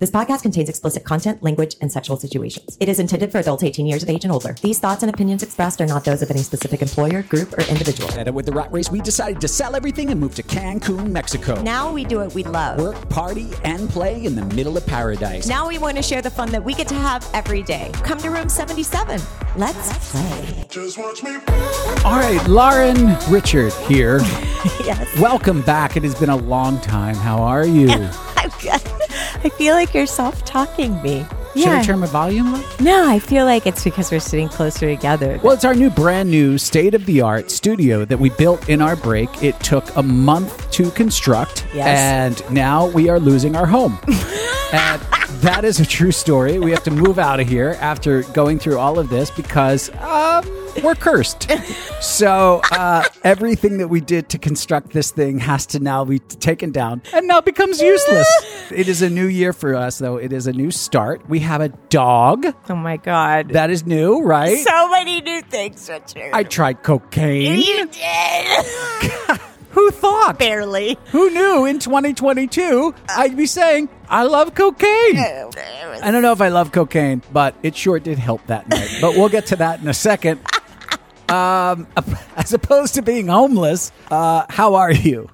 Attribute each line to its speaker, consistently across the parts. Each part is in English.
Speaker 1: This podcast contains explicit content, language, and sexual situations. It is intended for adults 18 years of age and older. These thoughts and opinions expressed are not those of any specific employer, group, or individual.
Speaker 2: At It With The Rat Race, we decided to sell everything and move to Cancun, Mexico.
Speaker 1: Now we do what we love.
Speaker 2: Work, party, and play in the middle of paradise.
Speaker 1: Now we want to share the fun that we get to have every day. Come to room 77. Let's play.
Speaker 3: Just watch me.
Speaker 2: All right, Lauren Richard here.
Speaker 4: Yes.
Speaker 2: Welcome back. It has been a long time. How are you?
Speaker 4: I'm good. Oh, I feel like you're soft talking me.
Speaker 2: Should I turn my volume up?
Speaker 4: No, I feel like it's because we're sitting closer together.
Speaker 2: Well, it's our new brand new state of the art studio that we built in our break. It took a month to construct,
Speaker 4: Yes.
Speaker 2: and now we are losing our home. and that is a true story. We have to move out of here after going through all of this because um, we're cursed. so uh, everything that we did to construct this thing has to now be taken down and now becomes useless. it is a new year for us, though. It is a new start. We have a dog.
Speaker 4: Oh my God.
Speaker 2: That is new, right?
Speaker 4: so many new things, Richard.
Speaker 2: I tried cocaine.
Speaker 4: you did.
Speaker 2: Who thought?
Speaker 4: Barely.
Speaker 2: Who knew in 2022 I'd be saying, I love cocaine?
Speaker 4: Oh,
Speaker 2: I don't know if I love cocaine, but it sure did help that night. But we'll get to that in a second. Um, as opposed to being homeless, uh, how are you?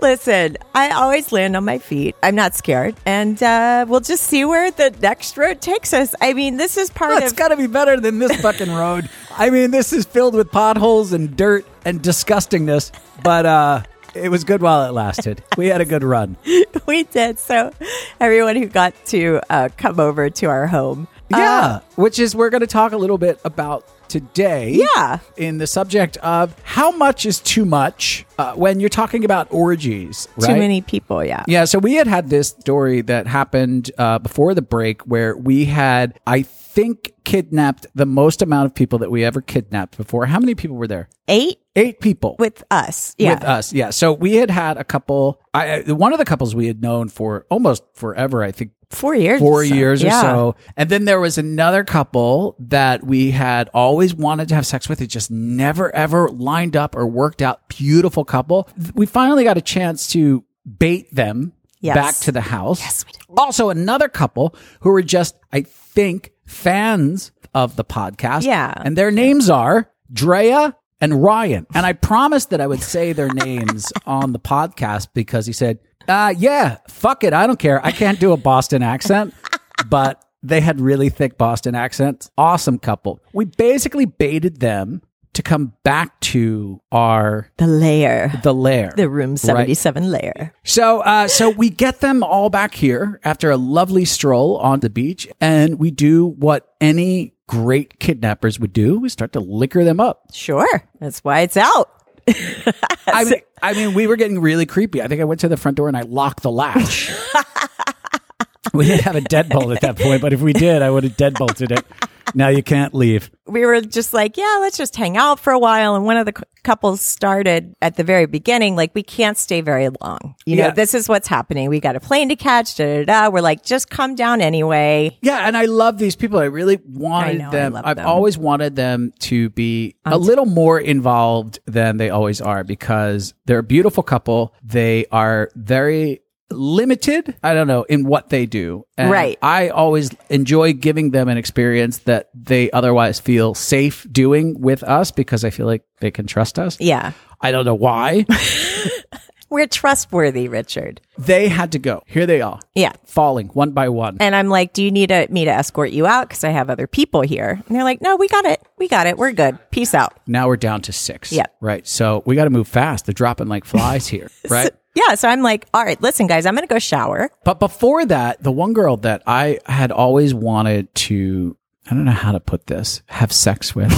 Speaker 4: Listen, I always land on my feet. I'm not scared. And uh, we'll just see where the next road takes us. I mean, this is part
Speaker 2: It's
Speaker 4: of.
Speaker 2: got to be better than this fucking road. I mean, this is filled with potholes and dirt and disgustingness, but uh, it was good while it lasted. We had a good run.
Speaker 4: we did. So, everyone who got to uh, come over to our home.
Speaker 2: Yeah,
Speaker 4: Uh,
Speaker 2: which is we're going to talk a little bit about today.
Speaker 4: Yeah.
Speaker 2: in the subject of how much is too much uh, when you're talking about orgies. Right?
Speaker 4: Too many people, yeah.
Speaker 2: Yeah, so we had had this story that happened uh, before the break where we had, I think, kidnapped the most amount of people that we ever kidnapped before. How many people were there?
Speaker 4: Eight
Speaker 2: Eight people
Speaker 4: with us. Yeah.
Speaker 2: with us. Yeah. So we had had a couple. I I- one of the couples we had known for almost forever. I think
Speaker 4: Four years.
Speaker 2: four
Speaker 4: or so.
Speaker 2: years
Speaker 4: Yeah.
Speaker 2: or so. And then there was another couple that we had always wanted to have sex with. It just never ever lined up or worked out. Beautiful couple. Th- We finally got a chance to bait them
Speaker 4: Yes.
Speaker 2: back to the house. Yes, we did. Also, another couple who were just, I think, fans of the podcast.
Speaker 4: Yeah.
Speaker 2: And their names are Drea and Ryan. And I promised that I would say their names on the podcast because he said, uh, yeah, fuck it. I don't care. I can't do a Boston accent, but they had really thick Boston accents. Awesome couple. We basically baited them to come back to our,
Speaker 4: The layer.
Speaker 2: the lair.
Speaker 4: The room 77 layer.
Speaker 2: So, uh, so we get them all back here after a lovely stroll on the beach, and we do what any great kidnappers would do: we start to liquor them up.
Speaker 4: Sure. That's why it's out.
Speaker 2: I mean, I mean, we were getting really creepy. I think I went to the front door and I locked the latch. we didn't have a deadbolt at that point, but if we did, I would have deadbolted it. Now you can't leave.
Speaker 4: We were just like, yeah, let's just hang out for a while. And one of the cou- couples started at the very beginning, like, we can't stay very long. You
Speaker 2: Yeah.
Speaker 4: know, this is what's happening. We got a plane to catch, da da da. We're like, just come down anyway.
Speaker 2: Yeah, and I love these people. I really wanted
Speaker 4: I know, I
Speaker 2: them.
Speaker 4: love
Speaker 2: I've
Speaker 4: them.
Speaker 2: always wanted them to be a little more involved than they always are because they're a beautiful couple. They are very limited, I don't know, in what they do. And
Speaker 4: Right.
Speaker 2: I always enjoy giving them an experience that they otherwise feel safe doing with us because I feel like they can trust us.
Speaker 4: Yeah.
Speaker 2: I don't know why.
Speaker 4: We're trustworthy, Richard.
Speaker 2: they had to go. Here they are.
Speaker 4: Yeah.
Speaker 2: Falling one by one.
Speaker 4: And I'm like, do you need a, me to escort you out? Because I have other people here. And they're like, no, we got it. We got it. We're good. Peace out.
Speaker 2: Now we're down to six.
Speaker 4: Yep.
Speaker 2: Right. So we got to move fast. They're dropping like flies here. Right.
Speaker 4: Yeah. So I'm like, all right, listen, guys, I'm going to go shower.
Speaker 2: But before that, the one girl that I had always wanted to, I don't know how to put this, have sex with,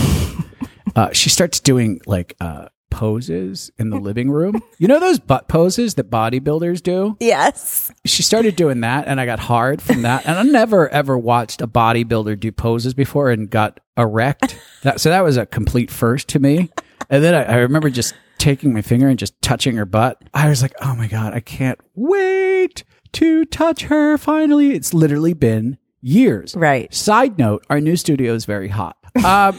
Speaker 2: uh, she starts doing like uh, poses in the living room. You know those butt poses that bodybuilders do?
Speaker 4: Yes.
Speaker 2: She started doing that and I got hard from that. And I never ever watched a bodybuilder do poses before and got erect. That, so that was a complete first to me. And then I, I remember just taking my finger and just touching her butt. I was like, oh my God, I can't wait to touch her finally. It's literally been years.
Speaker 4: Right.
Speaker 2: Side note, our new studio is very hot. Um,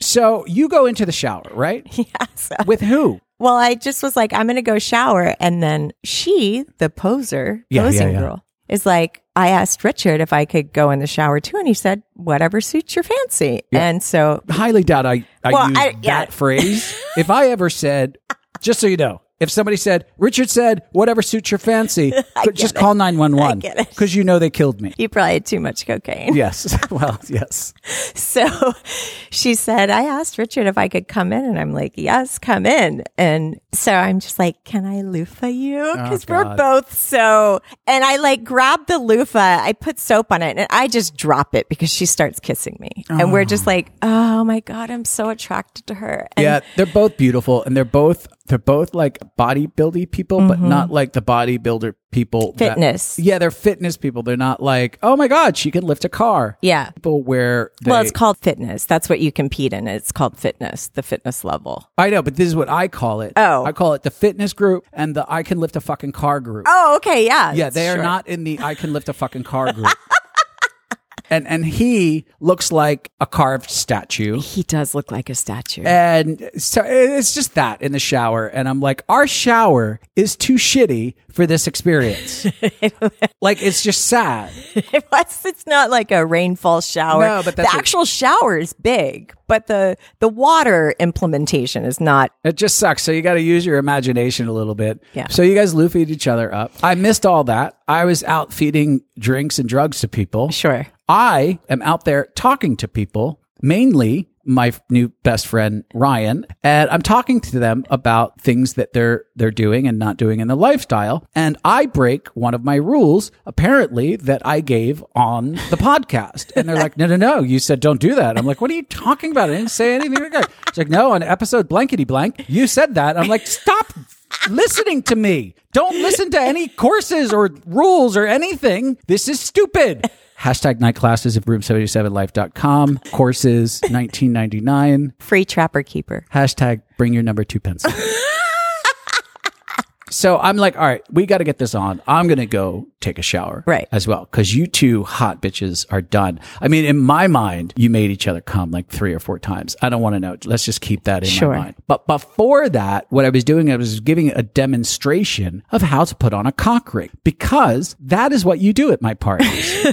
Speaker 2: so you go into the shower, right?
Speaker 4: Yes.
Speaker 2: With who?
Speaker 4: Well, I just was like, I'm going to go shower. And then she, the poser,
Speaker 2: Yeah, yeah,
Speaker 4: posing
Speaker 2: yeah.
Speaker 4: girl, is like, I asked Richard if I could go in the shower too, and he said, whatever suits your fancy. And so,
Speaker 2: highly doubt I, I
Speaker 4: Well,
Speaker 2: used
Speaker 4: I-
Speaker 2: that
Speaker 4: yeah.
Speaker 2: phrase. if I ever said, just so you know, if somebody said, Richard said, whatever suits your fancy, but just call 911
Speaker 4: get it.
Speaker 2: because you know they killed me.
Speaker 4: he probably had too much cocaine.
Speaker 2: Yes. Well, yes.
Speaker 4: So she said, I asked Richard if I could come in. And I'm like, yes, come in. And so I'm just like, can I loofah you? Because we're
Speaker 2: God.
Speaker 4: both so. And I like grab the loofah, I put soap on it, and I just drop it because she starts kissing me. And we're just like, oh my God, I'm so attracted to her. And
Speaker 2: Yeah, they're both beautiful and they're both they're both like bodybuilding people, but not like the bodybuilder people. that-
Speaker 4: Mm-hmm. Fitness.
Speaker 2: yeah, they're fitness people. They're not like, oh my god, she can lift a car.
Speaker 4: Yeah.
Speaker 2: people where they,
Speaker 4: Well, it's called fitness. That's what you compete in. It's called fitness, the fitness level.
Speaker 2: I know, but this is what I call it.
Speaker 4: Oh.
Speaker 2: I call it the fitness group and the I can lift a fucking car group.
Speaker 4: Oh, okay. Yeah.
Speaker 2: Yeah, they are
Speaker 4: Sure.
Speaker 2: not in the I can lift a fucking car group. and and he looks like a carved statue.
Speaker 4: He does look like a statue.
Speaker 2: And so it's just that in the shower. And I'm like, our shower is too shitty for this experience. like, it's just sad.
Speaker 4: It was- it's not like a rainfall shower.
Speaker 2: No, but that's
Speaker 4: the
Speaker 2: a-
Speaker 4: actual shower is big, but the the water implementation is not.
Speaker 2: It just sucks. So you got to use your imagination a little bit.
Speaker 4: Yeah.
Speaker 2: So you guys loofied each other up. I missed all that. I was out feeding drinks and drugs to people.
Speaker 4: Sure.
Speaker 2: I am out there talking to people, mainly my f- new best friend Ryan, and I'm talking to them about things that they're they're doing and not doing in the lifestyle. And I break one of my rules, apparently, that I gave on the podcast. And they're like, No, no, no, you said don't do that. I'm like, What are you talking about? I didn't say anything like that. It's like, no, on episode blankety blank, you said that. I'm like, stop listening to me. Don't listen to any courses or rules or anything. This is stupid. Hashtag night classes at broom77life.com. Courses 1999.
Speaker 4: Free trapper keeper.
Speaker 2: Hashtag bring your number two pencil. so I'm like, all right, we got to get this on. I'm going to go take a shower
Speaker 4: Right.
Speaker 2: as well because you two hot bitches are done. I mean, in my mind, you made each other come like three or four times. I don't want to know. Let's just keep that in
Speaker 4: Sure.
Speaker 2: my mind. But before that, what I was doing, I was giving a demonstration of how to put on a cock ring because that is what you do at my parties.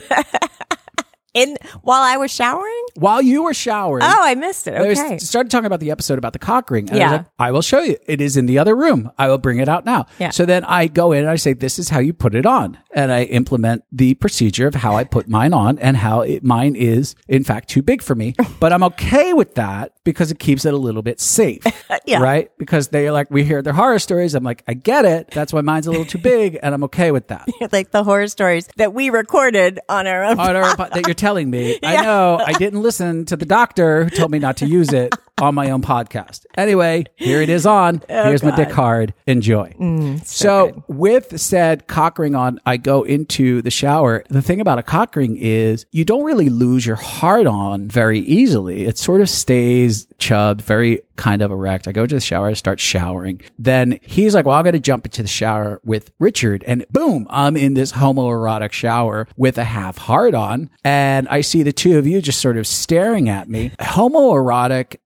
Speaker 4: In while I was showering.
Speaker 2: While you were showering,
Speaker 4: Oh, I missed it.
Speaker 2: I was-
Speaker 4: Okay.
Speaker 2: started talking about the episode about the cock ring. And I,
Speaker 4: Yeah.
Speaker 2: was like, I will show you. It is in the other room. I will bring it out now.
Speaker 4: Yeah.
Speaker 2: So then I go in and I say, This is how you put it on. And I implement the procedure of how I put mine on and how it, mine is, in fact, too big for me. But I'm okay with that because it keeps it a little bit safe.
Speaker 4: Yeah.
Speaker 2: Right? Because they're like, We hear their horror stories. I'm like, I get it. That's why mine's a little too big. And I'm okay with that.
Speaker 4: like the horror stories that we recorded on our own.
Speaker 2: on our pod- that you're telling me. I know I didn't listen to the doctor who told me not to use it on my own podcast. Anyway, here it is on. Here's my dick hard. Enjoy. so with said cock ring on, I go into the shower. The thing about a cock ring is you don't really lose your hard on very easily. It sort of stays chubbed, very kind of erect. I go to the shower, I start showering. Then he's like, Well, I'm going to jump into the shower with Richard. And boom, I'm in this homoerotic shower with a half hard on. And I see the two of you just sort of staring at me. Homoerotic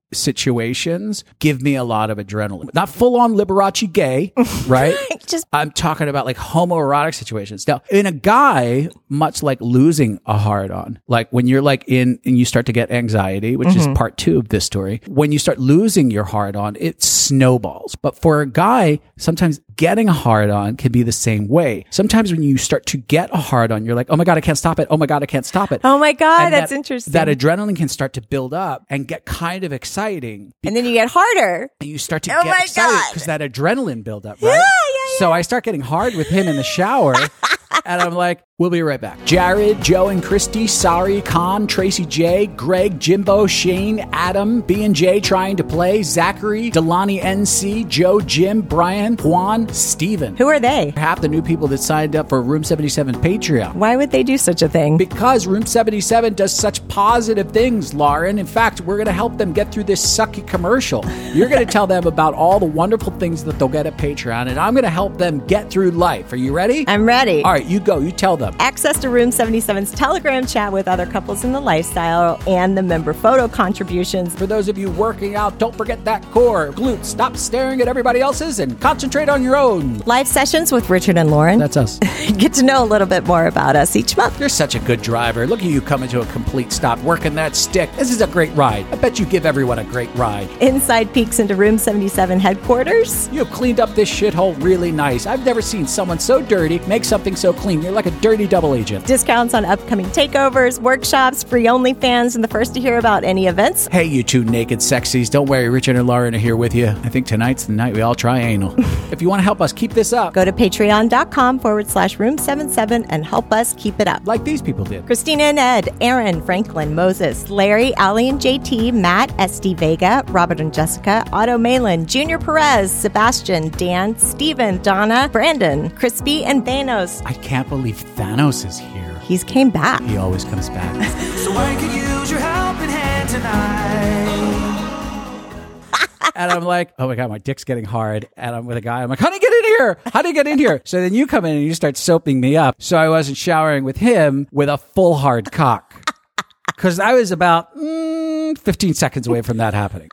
Speaker 2: situations give me a lot of adrenaline. Not full on Liberace gay, right?
Speaker 4: Just-
Speaker 2: I'm talking about like homoerotic situations. Now, in a guy, much like losing a hard on, like when you're like in and you start to get anxiety, which
Speaker 4: Mm-hmm.
Speaker 2: is part two of this story, when you start losing your hard on, it snowballs. But for a guy, sometimes getting a hard on can be the same way. Sometimes when you start to get a hard on, you're like, oh my God, I can't stop it. Oh my God, I can't stop it.
Speaker 4: Oh my God,
Speaker 2: And
Speaker 4: that's
Speaker 2: that-
Speaker 4: interesting.
Speaker 2: That adrenaline can start to build up and get kind of exciting
Speaker 4: and then you get harder.
Speaker 2: and you start to
Speaker 4: Oh
Speaker 2: get
Speaker 4: my
Speaker 2: excited
Speaker 4: God.
Speaker 2: because that adrenaline buildup, right? Yeah, yeah, So I start getting hard with him in the shower. And I'm like, we'll be right back. Jared, Joe, and Christy, Sari, Khan, Tracy J, Greg, Jimbo, Shane, Adam, B and J trying to play, Zachary, Delani NC, Joe, Jim, Brian, Juan, Steven.
Speaker 4: Who are they?
Speaker 2: Half the new people that signed up for Room 77 Patreon.
Speaker 4: Why would they do such a thing?
Speaker 2: Because Room 77 does such positive things, Lauren. In fact, we're going to help them get through this sucky commercial. You're going to tell them about all the wonderful things that they'll get at Patreon, and I'm going to help them get through life. Are you ready?
Speaker 4: I'm ready.
Speaker 2: All right, You go. You tell them.
Speaker 4: access to Room 77's Telegram chat with other couples in the lifestyle, and the member photo contributions.
Speaker 2: For those of you working out, don't forget that core glute. Stop staring at everybody else's and concentrate on your own.
Speaker 4: Live sessions with Richard and Lauren.
Speaker 2: That's us.
Speaker 4: Get to know a little bit more about us each month.
Speaker 2: You're such a good driver. Look at you coming to a complete stop, working that stick. This is a great ride. I bet you give everyone a great ride.
Speaker 4: Inside peeks into Room 77 headquarters.
Speaker 2: You have cleaned up this shithole really nice. I've never seen someone so dirty make something so clean. You're like a dirty double agent.
Speaker 4: Discounts on upcoming takeovers, workshops, free OnlyFans, and the first to hear about any events.
Speaker 2: Hey, you two naked sexies. Don't worry, Richard and Lauren are here with you. I think tonight's the night we all try anal. if you want to help us keep this up,
Speaker 4: Go to patreon.com forward slash room 77 and help us keep it up.
Speaker 2: like these people did.
Speaker 4: Christina and Ed, Aaron, Franklin, Moses, Larry, Ali and JT, Matt, SD Vega, Robert and Jessica, Otto Malin, Junior Perez, Sebastian, Dan, Steven, Donna, Brandon, Crispy, and Thanos.
Speaker 2: I can't believe Thanos is here.
Speaker 4: He's came back.
Speaker 2: He always comes back.
Speaker 3: So I could use your helping hand tonight.
Speaker 2: and I'm like, oh my God, my dick's getting hard. And I'm with a guy. I'm like, how do you get in here? How do you get in here? So then you come in and you start soaping me up. So I wasn't showering with him with a full hard cock. Because I was about mm, 15 seconds away from that happening.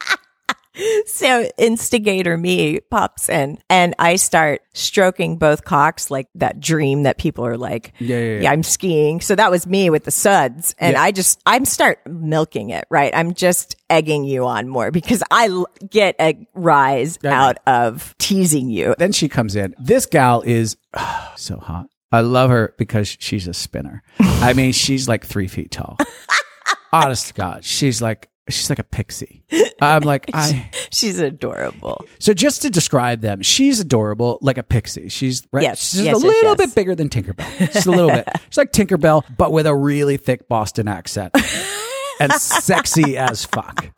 Speaker 4: So instigator me pops in and I start stroking both cocks like that dream that people are like,
Speaker 2: Yeah, yeah, yeah.
Speaker 4: I'm skiing. So that was me with the suds and
Speaker 2: Yeah.
Speaker 4: I just, I'm start milking it, right? I'm just egging you on more because I l- get a rise out of teasing you.
Speaker 2: Then she comes in. This gal is so hot. I love her because she's a spinner. I mean, she's like three feet tall. Honest to God, she's like she's like a pixie. I'm like I.
Speaker 4: She's adorable.
Speaker 2: So just to describe them, she's adorable, like a pixie. She's right.
Speaker 4: Yes,
Speaker 2: she's just
Speaker 4: yes,
Speaker 2: a
Speaker 4: yes,
Speaker 2: little
Speaker 4: yes.
Speaker 2: bit bigger than Tinkerbell. Just a little bit. She's like Tinkerbell, but with a really thick Boston accent and sexy as fuck.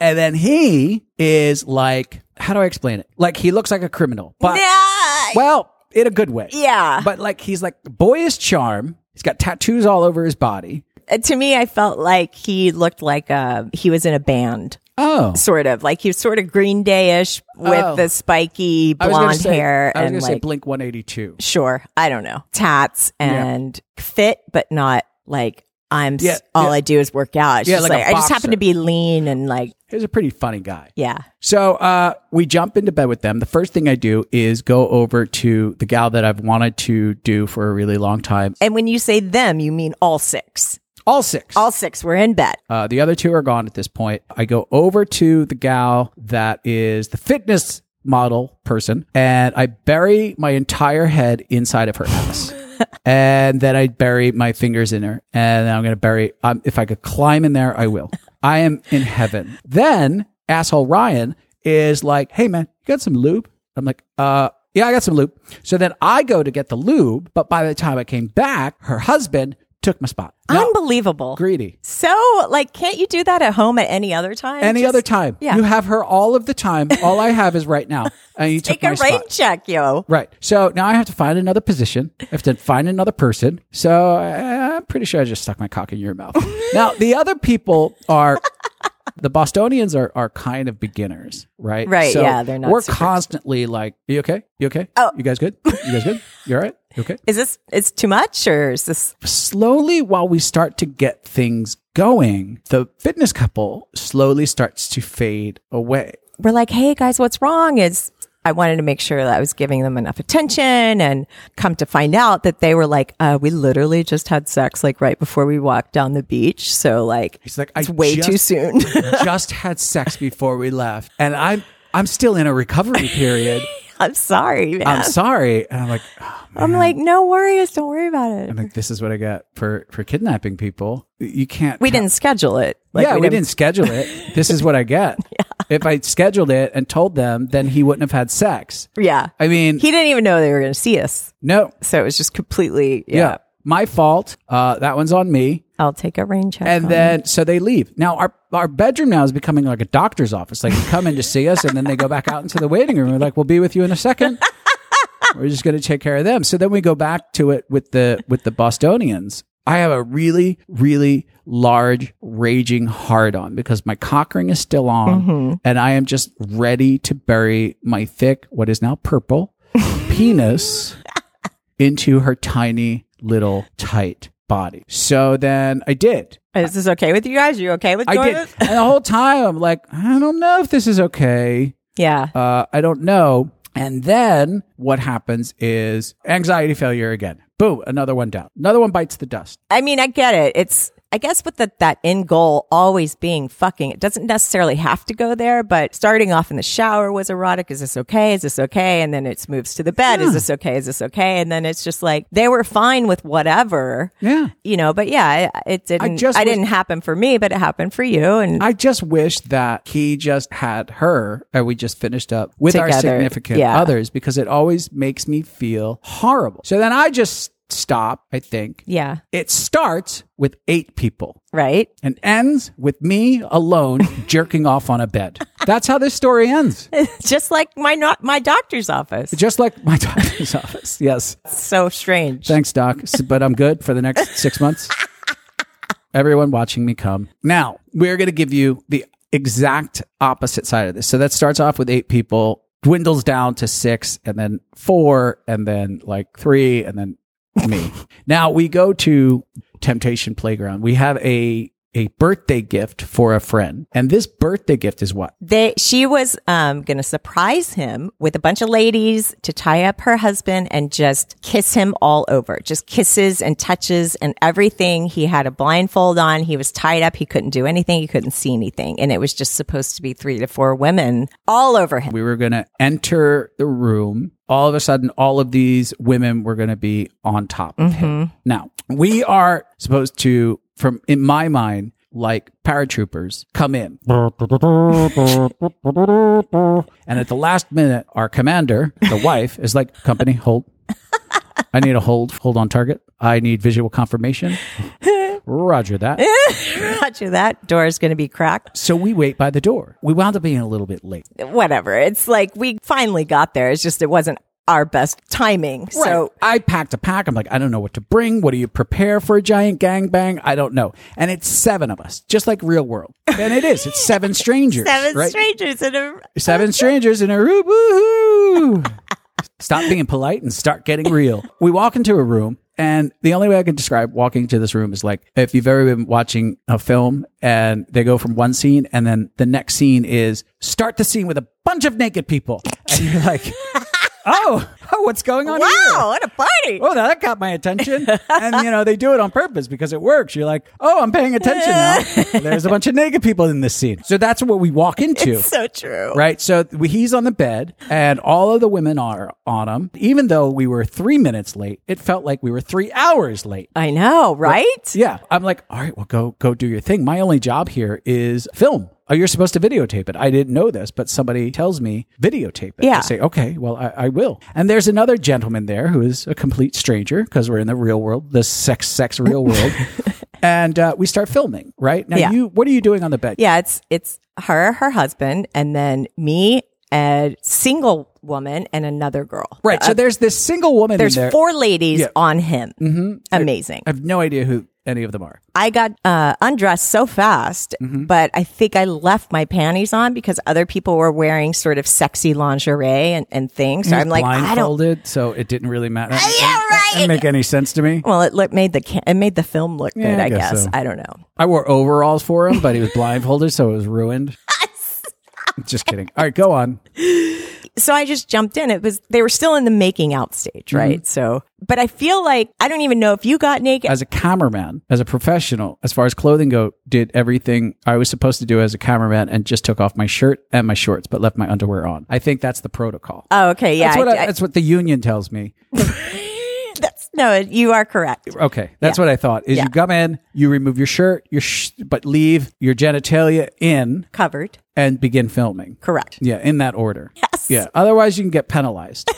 Speaker 2: And then he is like, how do I explain it? Like he looks like a criminal, but
Speaker 4: Yeah.
Speaker 2: well, in a good way.
Speaker 4: Yeah.
Speaker 2: But like he's like boyish charm. He's got tattoos all over his body.
Speaker 4: Uh, to me, I felt like he looked like uh, he was in a band.
Speaker 2: Oh.
Speaker 4: Sort of like he was sort of Green Day-ish with
Speaker 2: Oh.
Speaker 4: the spiky
Speaker 2: I was gonna
Speaker 4: blonde
Speaker 2: say-
Speaker 4: hair
Speaker 2: I was
Speaker 4: and
Speaker 2: gonna say
Speaker 4: like
Speaker 2: Blink 182.
Speaker 4: sure i don't know tats and fit but not like i'm s-
Speaker 2: Yeah,
Speaker 4: all
Speaker 2: yeah.
Speaker 4: i do is work out It's
Speaker 2: Yeah,
Speaker 4: just
Speaker 2: like a
Speaker 4: like, i just happen
Speaker 2: boxer.
Speaker 4: to be lean and like
Speaker 2: He was a pretty funny guy.
Speaker 4: yeah
Speaker 2: So uh, we jump into bed with them. The first thing I do is go over to the gal that I've wanted to do for a really long time.
Speaker 4: and when you say them you mean all six
Speaker 2: All six.
Speaker 4: all six were in bed
Speaker 2: Uh, the other two are gone at this point. I go over to the gal that is the fitness model person, and I bury my entire head inside of her ass. and then I bury my fingers in her, and I'm going to bury. Um, if I could climb in there, I will. I am in heaven. Then asshole Ryan is like, "Hey man, you got some lube?" I'm like, "Uh." Yeah, I got some lube. So then I go to get the lube, but by the time I came back, her husband took my spot.
Speaker 4: Ah.
Speaker 2: Now,
Speaker 4: unbelievable
Speaker 2: greedy.
Speaker 4: so like can't you do that at home at any other time
Speaker 2: Any
Speaker 4: Just
Speaker 2: other time.
Speaker 4: yeah.
Speaker 2: You have her all of the time. All I have is right now. And you
Speaker 4: take
Speaker 2: took my
Speaker 4: a rain
Speaker 2: spot.
Speaker 4: check yo
Speaker 2: Right. So now I have to find another position. I have to find another person. So I- I'm pretty sure I just stuck my cock in your mouth. now, the other people are. The Bostonians are, are kind of beginners, right?
Speaker 4: Right, yeah, they're not
Speaker 2: We're
Speaker 4: super-
Speaker 2: constantly like, "You okay? You okay?
Speaker 4: Oh.
Speaker 2: you guys good? You guys good? You all right? You okay?"
Speaker 4: is this it's too much or is this
Speaker 2: slowly while we start to get things going, the fitness couple slowly starts to fade away.
Speaker 4: we're like hey guys what's wrong is I wanted to make sure that I was giving them enough attention and come to find out that they were like, uh, we literally just had sex like right before we walked down the beach. So like,
Speaker 2: He's like,
Speaker 4: it's
Speaker 2: I
Speaker 4: way
Speaker 2: just,
Speaker 4: too soon.
Speaker 2: just had sex before we left, and I'm I'm still in a recovery period.
Speaker 4: I'm sorry, man.
Speaker 2: I'm
Speaker 4: I'm,
Speaker 2: sorry, and I'm like, oh, man.
Speaker 4: like, no worries. Don't worry about it.
Speaker 2: I'm like, this is what I get for for kidnapping people. You can't.
Speaker 4: We didn't schedule it. Like,
Speaker 2: yeah, we, didn't schedule it. This is what I get. If I scheduled it and told them, then he wouldn't have had sex.
Speaker 4: Yeah.
Speaker 2: I mean,
Speaker 4: he didn't even know they were going to see us.
Speaker 2: no,
Speaker 4: So it was just completely, yeah.
Speaker 2: yeah. my fault. Uh, that one's on me.
Speaker 4: I'll take a rain check.
Speaker 2: And
Speaker 4: on it.
Speaker 2: then, so they leave. Now, our, our bedroom now is becoming like a doctor's office. Like, you come in to see us, and then they go back out into the waiting room. We're like, we'll be with you in a second. We're just going to take care of them. So then we go back to it with the with the Bostonians. I have a really, really large, raging hard on because my cock ring is still on, and I am just ready to bury my thick, what is now purple, penis into her tiny little tight body. So then I did.
Speaker 4: Is this okay with you guys? You okay with
Speaker 2: I
Speaker 4: doing
Speaker 2: did.
Speaker 4: this?
Speaker 2: and the whole time I'm like, I don't know if this is okay.
Speaker 4: Yeah.
Speaker 2: Uh, I don't know. And then what happens is anxiety failure again. Boom, another one down. Another one bites the dust.
Speaker 4: I mean, I get it. It's, I guess with the, that end goal always being fucking, it doesn't necessarily have to go there, but starting off in the shower was erotic. Is this okay? Is this okay? And then it moves to the bed. Is this okay? Is this okay? And then it's just like, they were fine with whatever.
Speaker 2: Yeah.
Speaker 4: You know, but yeah, it, it didn't, I,
Speaker 2: just was-
Speaker 4: didn't happen for me, but it happened for you. And
Speaker 2: I just wish that he just had her and we just finished up with our
Speaker 4: Together.
Speaker 2: significant
Speaker 4: Yeah.
Speaker 2: others because it always makes me feel horrible. So then I just stop, I think.
Speaker 4: yeah,
Speaker 2: It starts with eight people
Speaker 4: right.
Speaker 2: and ends with me alone jerking off on a bed. That's how this story ends.
Speaker 4: just like my, not my doctor's office.
Speaker 2: Just like my doctor's office. Yes.
Speaker 4: It's so strange.
Speaker 2: Thanks, Doc. S- But I'm good for the next six months. Everyone watching me come. Now, we're going to give you the exact opposite side of this. So that starts off with eight people, dwindles down to six, and then four, and then like three, and then me. now we go to Temptation Playground. We have a a birthday gift for a friend. And this birthday gift is what?
Speaker 4: they she was um gonna surprise him with a bunch of ladies to tie up her husband and just kiss him all over just kisses and touches and everything he had a blindfold on he was tied up he couldn't do anything he couldn't see anything and it was just supposed to be three to four women all over him
Speaker 2: We were going to enter the room. All of a sudden, all of these women were going to be on top of him. Now, we are supposed to, from in my mind, like paratroopers, come in. and at the last minute, our commander, the wife, is like, company, hold. I need a hold, hold on target. I need visual confirmation. Roger that.
Speaker 4: roger that door's gonna be cracked
Speaker 2: So we wait by the door. We wound up being a little bit late.
Speaker 4: whatever it's like we finally got there it's just it wasn't our best timing so
Speaker 2: So I packed a pack. I'm like, I don't know what to bring. What do you prepare for a giant gangbang? I don't know. And it's seven of us, just like real world. And it is. It's seven strangers.
Speaker 4: seven
Speaker 2: right?
Speaker 4: strangers in a
Speaker 2: Seven strangers in a room. Woo-hoo. Stop being polite and start getting real. We walk into a room, and the only way I can describe walking into this room is like if you've ever been watching a film and they go from one scene, and then the next scene is start the scene with a bunch of naked people. And you're like, oh, oh what's going on here?
Speaker 4: wow what a party
Speaker 2: oh, now that got my attention. And, you know, they do it on purpose because it works. You're like, oh, I'm paying attention now. There's a bunch of naked people in this scene. So that's what we walk into.
Speaker 4: so true
Speaker 2: Right. So we- he's on the bed and all of the women are on him. Even though we were three minutes late, it felt like we were three hours late.
Speaker 4: I know, right?
Speaker 2: Yeah. I'm like, all right, well, go, go do your thing. My only job here is film. Oh, you're supposed to videotape it. I didn't know this, but somebody tells me videotape it.
Speaker 4: Yeah.
Speaker 2: I say, okay, well, I, I will. And there's another gentleman there who is a complete stranger because we're in the real world, the sex, sex real world. and uh, we start filming, right? Now,
Speaker 4: Yeah.
Speaker 2: you, what are you doing on the bed?
Speaker 4: Yeah, it's it's her, her husband, and then me, a single woman, and another girl.
Speaker 2: Right. So there's this single woman
Speaker 4: uh, There's
Speaker 2: in there.
Speaker 4: four ladies on him. Mm-hmm. Amazing.
Speaker 2: I have no idea who any of them are.
Speaker 4: I got uh, undressed so fast,
Speaker 2: Mm-hmm.
Speaker 4: but I think I left my panties on because other people were wearing sort of sexy lingerie and, and things. So I'm like, I don't. Uh,
Speaker 2: blindfolded, so it didn't really matter. Yeah,
Speaker 4: right.
Speaker 2: Didn't make any sense to me.
Speaker 4: Well, it look, made the ca- it made the film look good.
Speaker 2: Yeah, I
Speaker 4: I,
Speaker 2: guess
Speaker 4: guess.
Speaker 2: so.
Speaker 4: I don't know.
Speaker 2: I wore overalls for him, but he was blindfolded, so it was ruined. Just kidding. All right, go on.
Speaker 4: so I just jumped in. It was they were still in the making out stage,
Speaker 2: Mm-hmm.
Speaker 4: right? So, but I feel like I don't even know if you got naked.
Speaker 2: As a cameraman, as a professional, as far as clothing go, did everything I was supposed to do as a cameraman, and just took off my shirt and my shorts, but left my underwear on. I think that's the protocol.
Speaker 4: oh, okay, yeah,
Speaker 2: that's what
Speaker 4: I-
Speaker 2: I,
Speaker 4: I-
Speaker 2: that's what the union tells me.
Speaker 4: that's- no, you are correct.
Speaker 2: Okay, that's what I thought. Is
Speaker 4: Yeah.
Speaker 2: you come in, you remove your shirt, your sh- but leave your genitalia in
Speaker 4: Covered,
Speaker 2: and begin filming.
Speaker 4: correct.
Speaker 2: Yeah, in that order. Yes. Yeah. Otherwise, you can get penalized.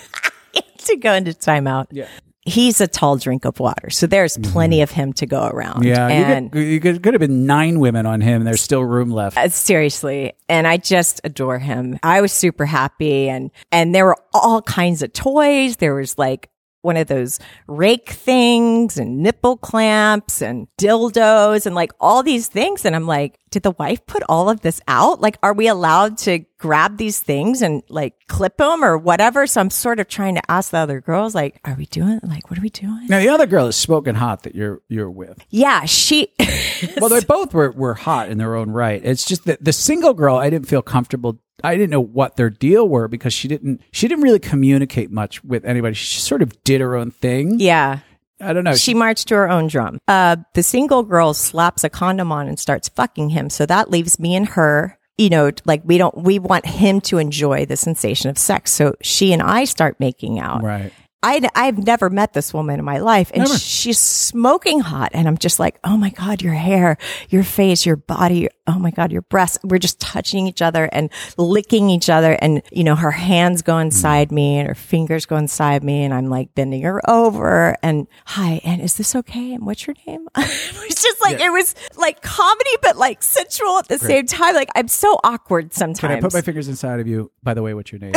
Speaker 4: to go into timeout. Yeah. He's a tall drink of water, so there's plenty of him to go around.
Speaker 2: Mm-hmm. Yeah.
Speaker 4: and
Speaker 2: you could, you could, could have been nine women on him. There's still room left.
Speaker 4: Uh, seriously and i just adore him i was super happy and and there were all kinds of toys there was like one of those rake things and nipple clamps and dildos and like all these things and i'm like did the wife put all of this out? Like, are we allowed to grab these things and like clip them or whatever? So I'm sort of trying to ask the other girls, like, are we doing, like, what are we doing?
Speaker 2: Now the other girl is smoking hot that you're you're with.
Speaker 4: Yeah, she,
Speaker 2: Well, they both were, were hot in their own right. It's just that the single girl, I didn't feel comfortable. I didn't know what their deal were because she didn't she didn't really communicate much with anybody. She just sort of did her own thing.
Speaker 4: yeah.
Speaker 2: I don't know.
Speaker 4: She marched to her own drum. Uh, the single girl slaps a condom on and starts fucking him. So that leaves me and her, you know, like we don't, we want him to enjoy the sensation of sex. So she and I start making out.
Speaker 2: right.
Speaker 4: I, I've never met this woman in my life and
Speaker 2: Never.
Speaker 4: she's smoking hot. And I'm just like, oh my God, your hair, your face, your body. Oh my God, your breasts. We're just touching each other and licking each other. And, you know, her hands go inside me and her fingers go inside me. And I'm like bending her over and hi. And is this okay? And what's your name? it's just like, it was like comedy, but like sensual at the same time. Like I'm so awkward sometimes.
Speaker 2: Can I put my fingers inside of you? By the way, what's your name?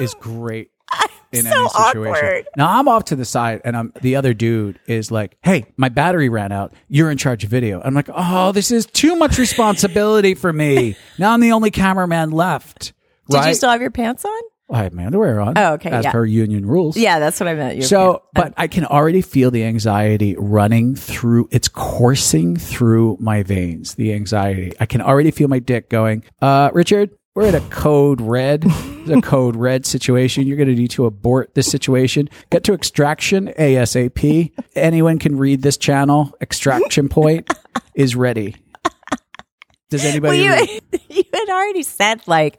Speaker 2: is great in
Speaker 4: so
Speaker 2: any situation.
Speaker 4: awkward.
Speaker 2: Now I'm off to the side, and I'm the other dude is like, "Hey, my battery ran out. You're in charge of video." I'm like, "Oh, this is too much responsibility for me. Now I'm the only cameraman left."
Speaker 4: Did
Speaker 2: right?
Speaker 4: you still have your pants on?
Speaker 2: I have my underwear on.
Speaker 4: Oh, okay,
Speaker 2: As
Speaker 4: yeah.
Speaker 2: per union rules.
Speaker 4: Yeah, that's what I meant. Your
Speaker 2: So, but I can already feel the anxiety running through, it's coursing through my veins, the anxiety. I can already feel my dick going, uh, Richard, we're in a code red, It's a code red situation. You're going to need to abort this situation. Get to extraction ASAP. Anyone can read this channel. Extraction point is ready. Does
Speaker 4: Well,
Speaker 2: anybody? read-
Speaker 4: you, you had already said like,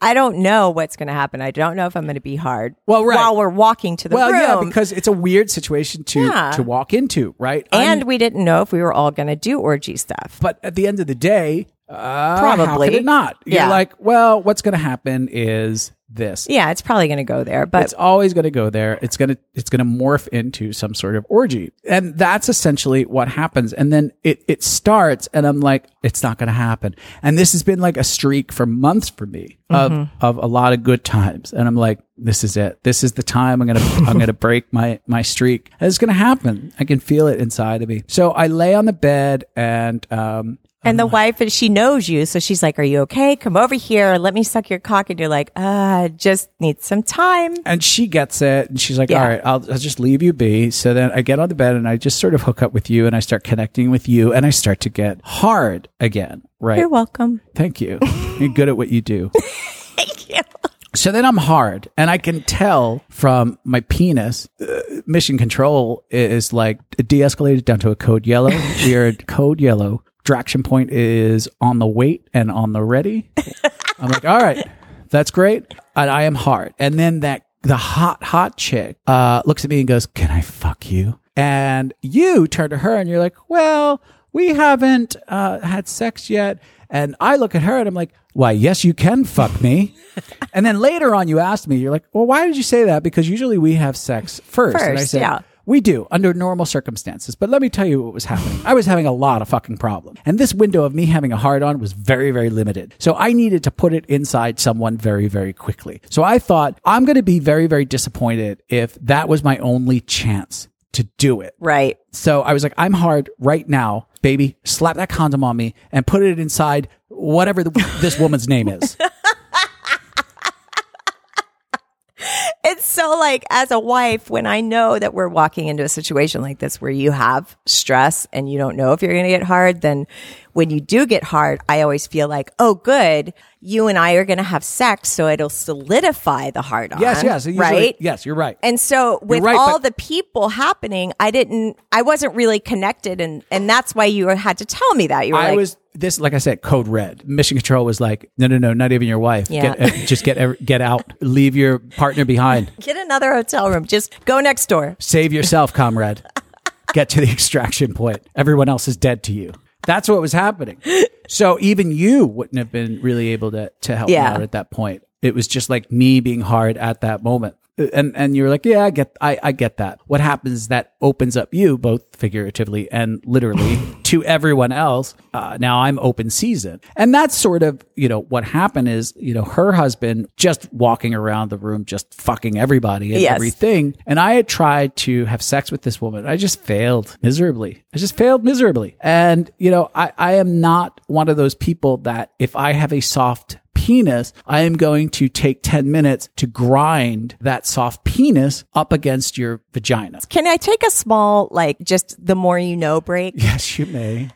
Speaker 4: I don't know what's going to happen. I don't know if I'm going to be hard.
Speaker 2: Well, right.
Speaker 4: While we're walking to the
Speaker 2: well, yeah,
Speaker 4: room,
Speaker 2: because it's a weird situation to
Speaker 4: Yeah.
Speaker 2: to walk into, right?
Speaker 4: and we didn't know if we were all going to do orgy stuff.
Speaker 2: but at the end of the day, uh,
Speaker 4: Probably.
Speaker 2: how could it not. You're
Speaker 4: Yeah.
Speaker 2: like, well, what's going to happen is this.
Speaker 4: Yeah, it's probably going to go there, but
Speaker 2: It's always going to go there. It's going to it's going to morph into some sort of orgy, and that's essentially what happens. And then it it starts, and I'm like, it's not going to happen. And this has been like a streak for months for me of
Speaker 4: Mm-hmm.
Speaker 2: of a lot of good times, and I'm like, this is it. This is the time I'm gonna I'm gonna break my my streak. And it's going to happen. I can feel it inside of me. So I lay on the bed and um
Speaker 4: and the wife wife she knows you, so she's like, "Are you okay? Come over here. Let me suck your cock." And you're like, "Uh, I just need some time."
Speaker 2: And she gets it, and she's like,
Speaker 4: Yeah.
Speaker 2: "All right, I'll, I'll just leave you be." So then I get on the bed, and I just sort of hook up with you, and I start connecting with you, and I start to get hard again. Right?
Speaker 4: You're welcome.
Speaker 2: Thank you. You're good at what you do.
Speaker 4: Thank you.
Speaker 2: So then I'm hard, and I can tell from my penis. Uh, mission control is like de-escalated down to a code yellow. We are at code yellow. Traction point is on the wait and on the ready. I'm like, all right, that's great, and I am hard. And then that the hot hot chick uh, looks at me and goes, "Can I fuck you?" And you turn to her and you're like, "Well, we haven't uh, had sex yet." And I look at her and I'm like, "Why? Yes, you can fuck me." and then later on, you asked me, you're like, "Well, why did you say that?" Because usually we have sex first. and I
Speaker 4: First,
Speaker 2: said,
Speaker 4: yeah.
Speaker 2: we do under normal circumstances, but let me tell you what was happening. I was having a lot of fucking problem. And this window of me having a hard on was very, very limited. So I needed to put it inside someone very, very quickly. So I thought I'm going to be very, very disappointed if that was my only chance to do it.
Speaker 4: Right.
Speaker 2: So I was like, I'm hard right now, baby. Slap that condom on me and put it inside whatever the, this woman's name is.
Speaker 4: It's so like as a wife, when I know that we're walking into a situation like this where you have stress and you don't know if you're going to get hard, then when you do get hard, I always feel like, oh, good, you and I are going to have sex, so it'll solidify the hard on.
Speaker 2: Yes, yes. Usually,
Speaker 4: right.
Speaker 2: Yes, you're right.
Speaker 4: And so with
Speaker 2: right,
Speaker 4: all
Speaker 2: but-
Speaker 4: the people happening, I didn't, I wasn't really connected, and and that's why you had to tell me that you were
Speaker 2: I
Speaker 4: like,
Speaker 2: was this like I said, code red. Mission control was like, no, no, no, not even your wife.
Speaker 4: Yeah.
Speaker 2: Get, uh, just get ev- get out. Leave your partner behind.
Speaker 4: get another hotel room, just go next door.
Speaker 2: Save yourself, comrade. Get to the extraction point. Everyone else is dead to you. That's what was happening. So even you wouldn't have been really able to to help me
Speaker 4: Yeah.
Speaker 2: out at that point. It was just like me being hard at that moment. and and you're like, yeah, I get, I, I get that. What happens is that opens up you both figuratively and literally to everyone else. Uh, now I'm open season, and that's sort of you know what happened is you know her husband just walking around the room, just fucking everybody and
Speaker 4: Yes.
Speaker 2: everything. And I had tried to have sex with this woman. I just failed miserably. I just failed miserably. And you know, I I am not one of those people that if I have a soft penis, I am going to take 10 minutes to grind that soft penis up against your vagina.
Speaker 4: Can I take a small, like, just the more you know break?
Speaker 2: Yes, you may.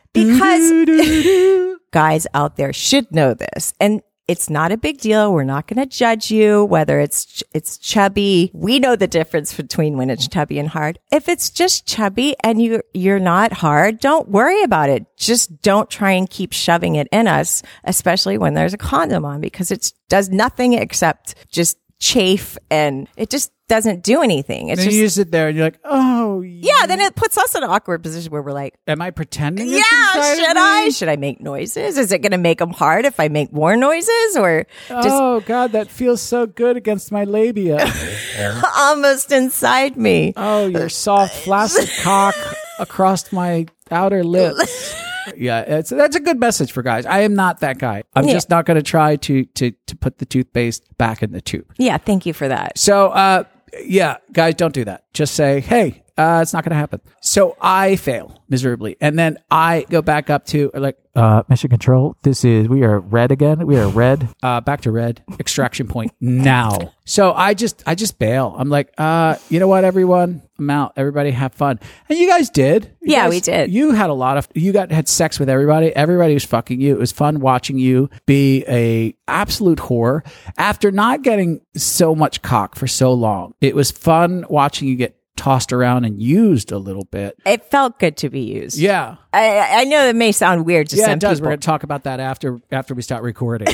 Speaker 4: Because guys out there should know this. And it's not a big deal. We're not going to judge you whether it's ch- it's chubby. We know the difference between when it's chubby and hard. If it's just chubby and you you're not hard, don't worry about it. Just don't try and keep shoving it in us, especially when there's a condom on because it does nothing except just chafe and it just doesn't do anything. It's
Speaker 2: And
Speaker 4: just
Speaker 2: you sit there and you're like, oh, yeah.
Speaker 4: yeah, then it puts us in an awkward position where we're like,
Speaker 2: Am I pretending? it's
Speaker 4: yeah,
Speaker 2: inside of
Speaker 4: should
Speaker 2: me?
Speaker 4: I? Should I make noises? Is it going to make them hard if I make more noises or just
Speaker 2: oh, God, that feels so good against my labia.
Speaker 4: almost inside me?
Speaker 2: Oh, your soft, flaccid cock across my outer lips. Yeah, it's, that's a good message for guys. I am not that guy. I'm
Speaker 4: Yeah.
Speaker 2: just not going to try to to to put the toothpaste back in the tube.
Speaker 4: Yeah, thank you for that.
Speaker 2: So, uh, yeah, guys, don't do that. Just say, hey, uh, it's not going to happen. So I fail miserably. And then I go back up to like, uh, mission control. This is, we are red again. We are red. Uh, back to red extraction point now. So I just, I just bail. I'm like, uh, you know what, everyone, I'm out. Everybody have fun. And you guys did. You
Speaker 4: Yeah,
Speaker 2: guys-
Speaker 4: we did.
Speaker 2: You had a lot of, you got, had sex with everybody. Everybody was fucking you. It was fun watching you be a absolute whore after not getting so much cock for so long. It was fun watching you get tossed around and used a little bit.
Speaker 4: It felt good to be used.
Speaker 2: Yeah.
Speaker 4: I, I know it may sound weird to
Speaker 2: Yeah,
Speaker 4: some
Speaker 2: it does. We're
Speaker 4: people.
Speaker 2: going to talk about that after after we start recording.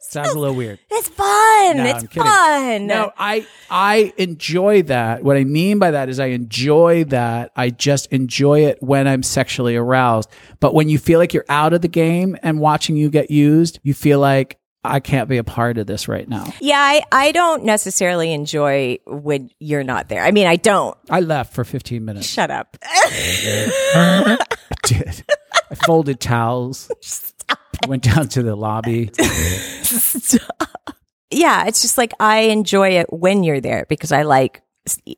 Speaker 2: Sounds a little weird.
Speaker 4: it's fun.
Speaker 2: No,
Speaker 4: it's
Speaker 2: I'm kidding.
Speaker 4: fun.
Speaker 2: No, I I enjoy that. What I mean by that is I enjoy that. I just enjoy it when I'm sexually aroused. But when you feel like you're out of the game and watching you get used, you feel like I can't be a part of this right now.
Speaker 4: Yeah, I, I don't necessarily enjoy when you're not there. I mean, I don't.
Speaker 2: I left for 15 minutes.
Speaker 4: Shut up.
Speaker 2: I did. I folded towels. Went down to the lobby.
Speaker 4: yeah, it's just like I enjoy it when you're there because I like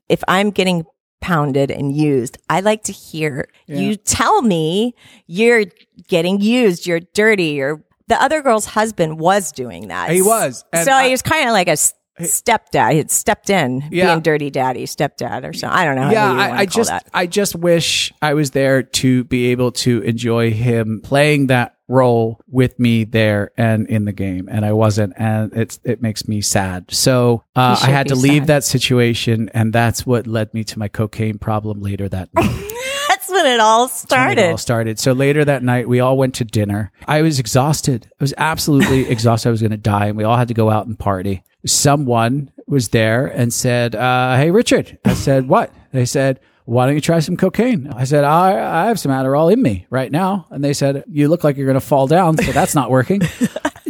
Speaker 4: if I'm getting pounded and used, I like to hear you tell me you're getting used, you're dirty, or the other girl's husband was doing that.
Speaker 2: He was, and
Speaker 4: so
Speaker 2: I-
Speaker 4: he was kind of like a s- stepdad. He had stepped in,
Speaker 2: Yeah.
Speaker 4: being dirty daddy, stepdad, or something. I don't know.
Speaker 2: yeah,
Speaker 4: how you
Speaker 2: I,
Speaker 4: wanna
Speaker 2: I
Speaker 4: call
Speaker 2: just
Speaker 4: that.
Speaker 2: I just wish I was there to be able to enjoy him playing that role with me there and in the game, and I wasn't, and it's it makes me sad. So uh,
Speaker 4: You
Speaker 2: I
Speaker 4: should
Speaker 2: had
Speaker 4: be
Speaker 2: to leave
Speaker 4: sad.
Speaker 2: that situation, and that's what led me to my cocaine problem later that night.
Speaker 4: That's when it all
Speaker 2: when
Speaker 4: started.
Speaker 2: It all started. So later that night, we all went to dinner. I was exhausted. I was absolutely exhausted. I was going to die, and we all had to go out and party. Someone was there and said, uh, "Hey, Richard." I said, "What?" They said. Why don't you try some cocaine? I said, I, I have some Adderall in me right now. And they said, You look like you're going to fall down, so that's not working.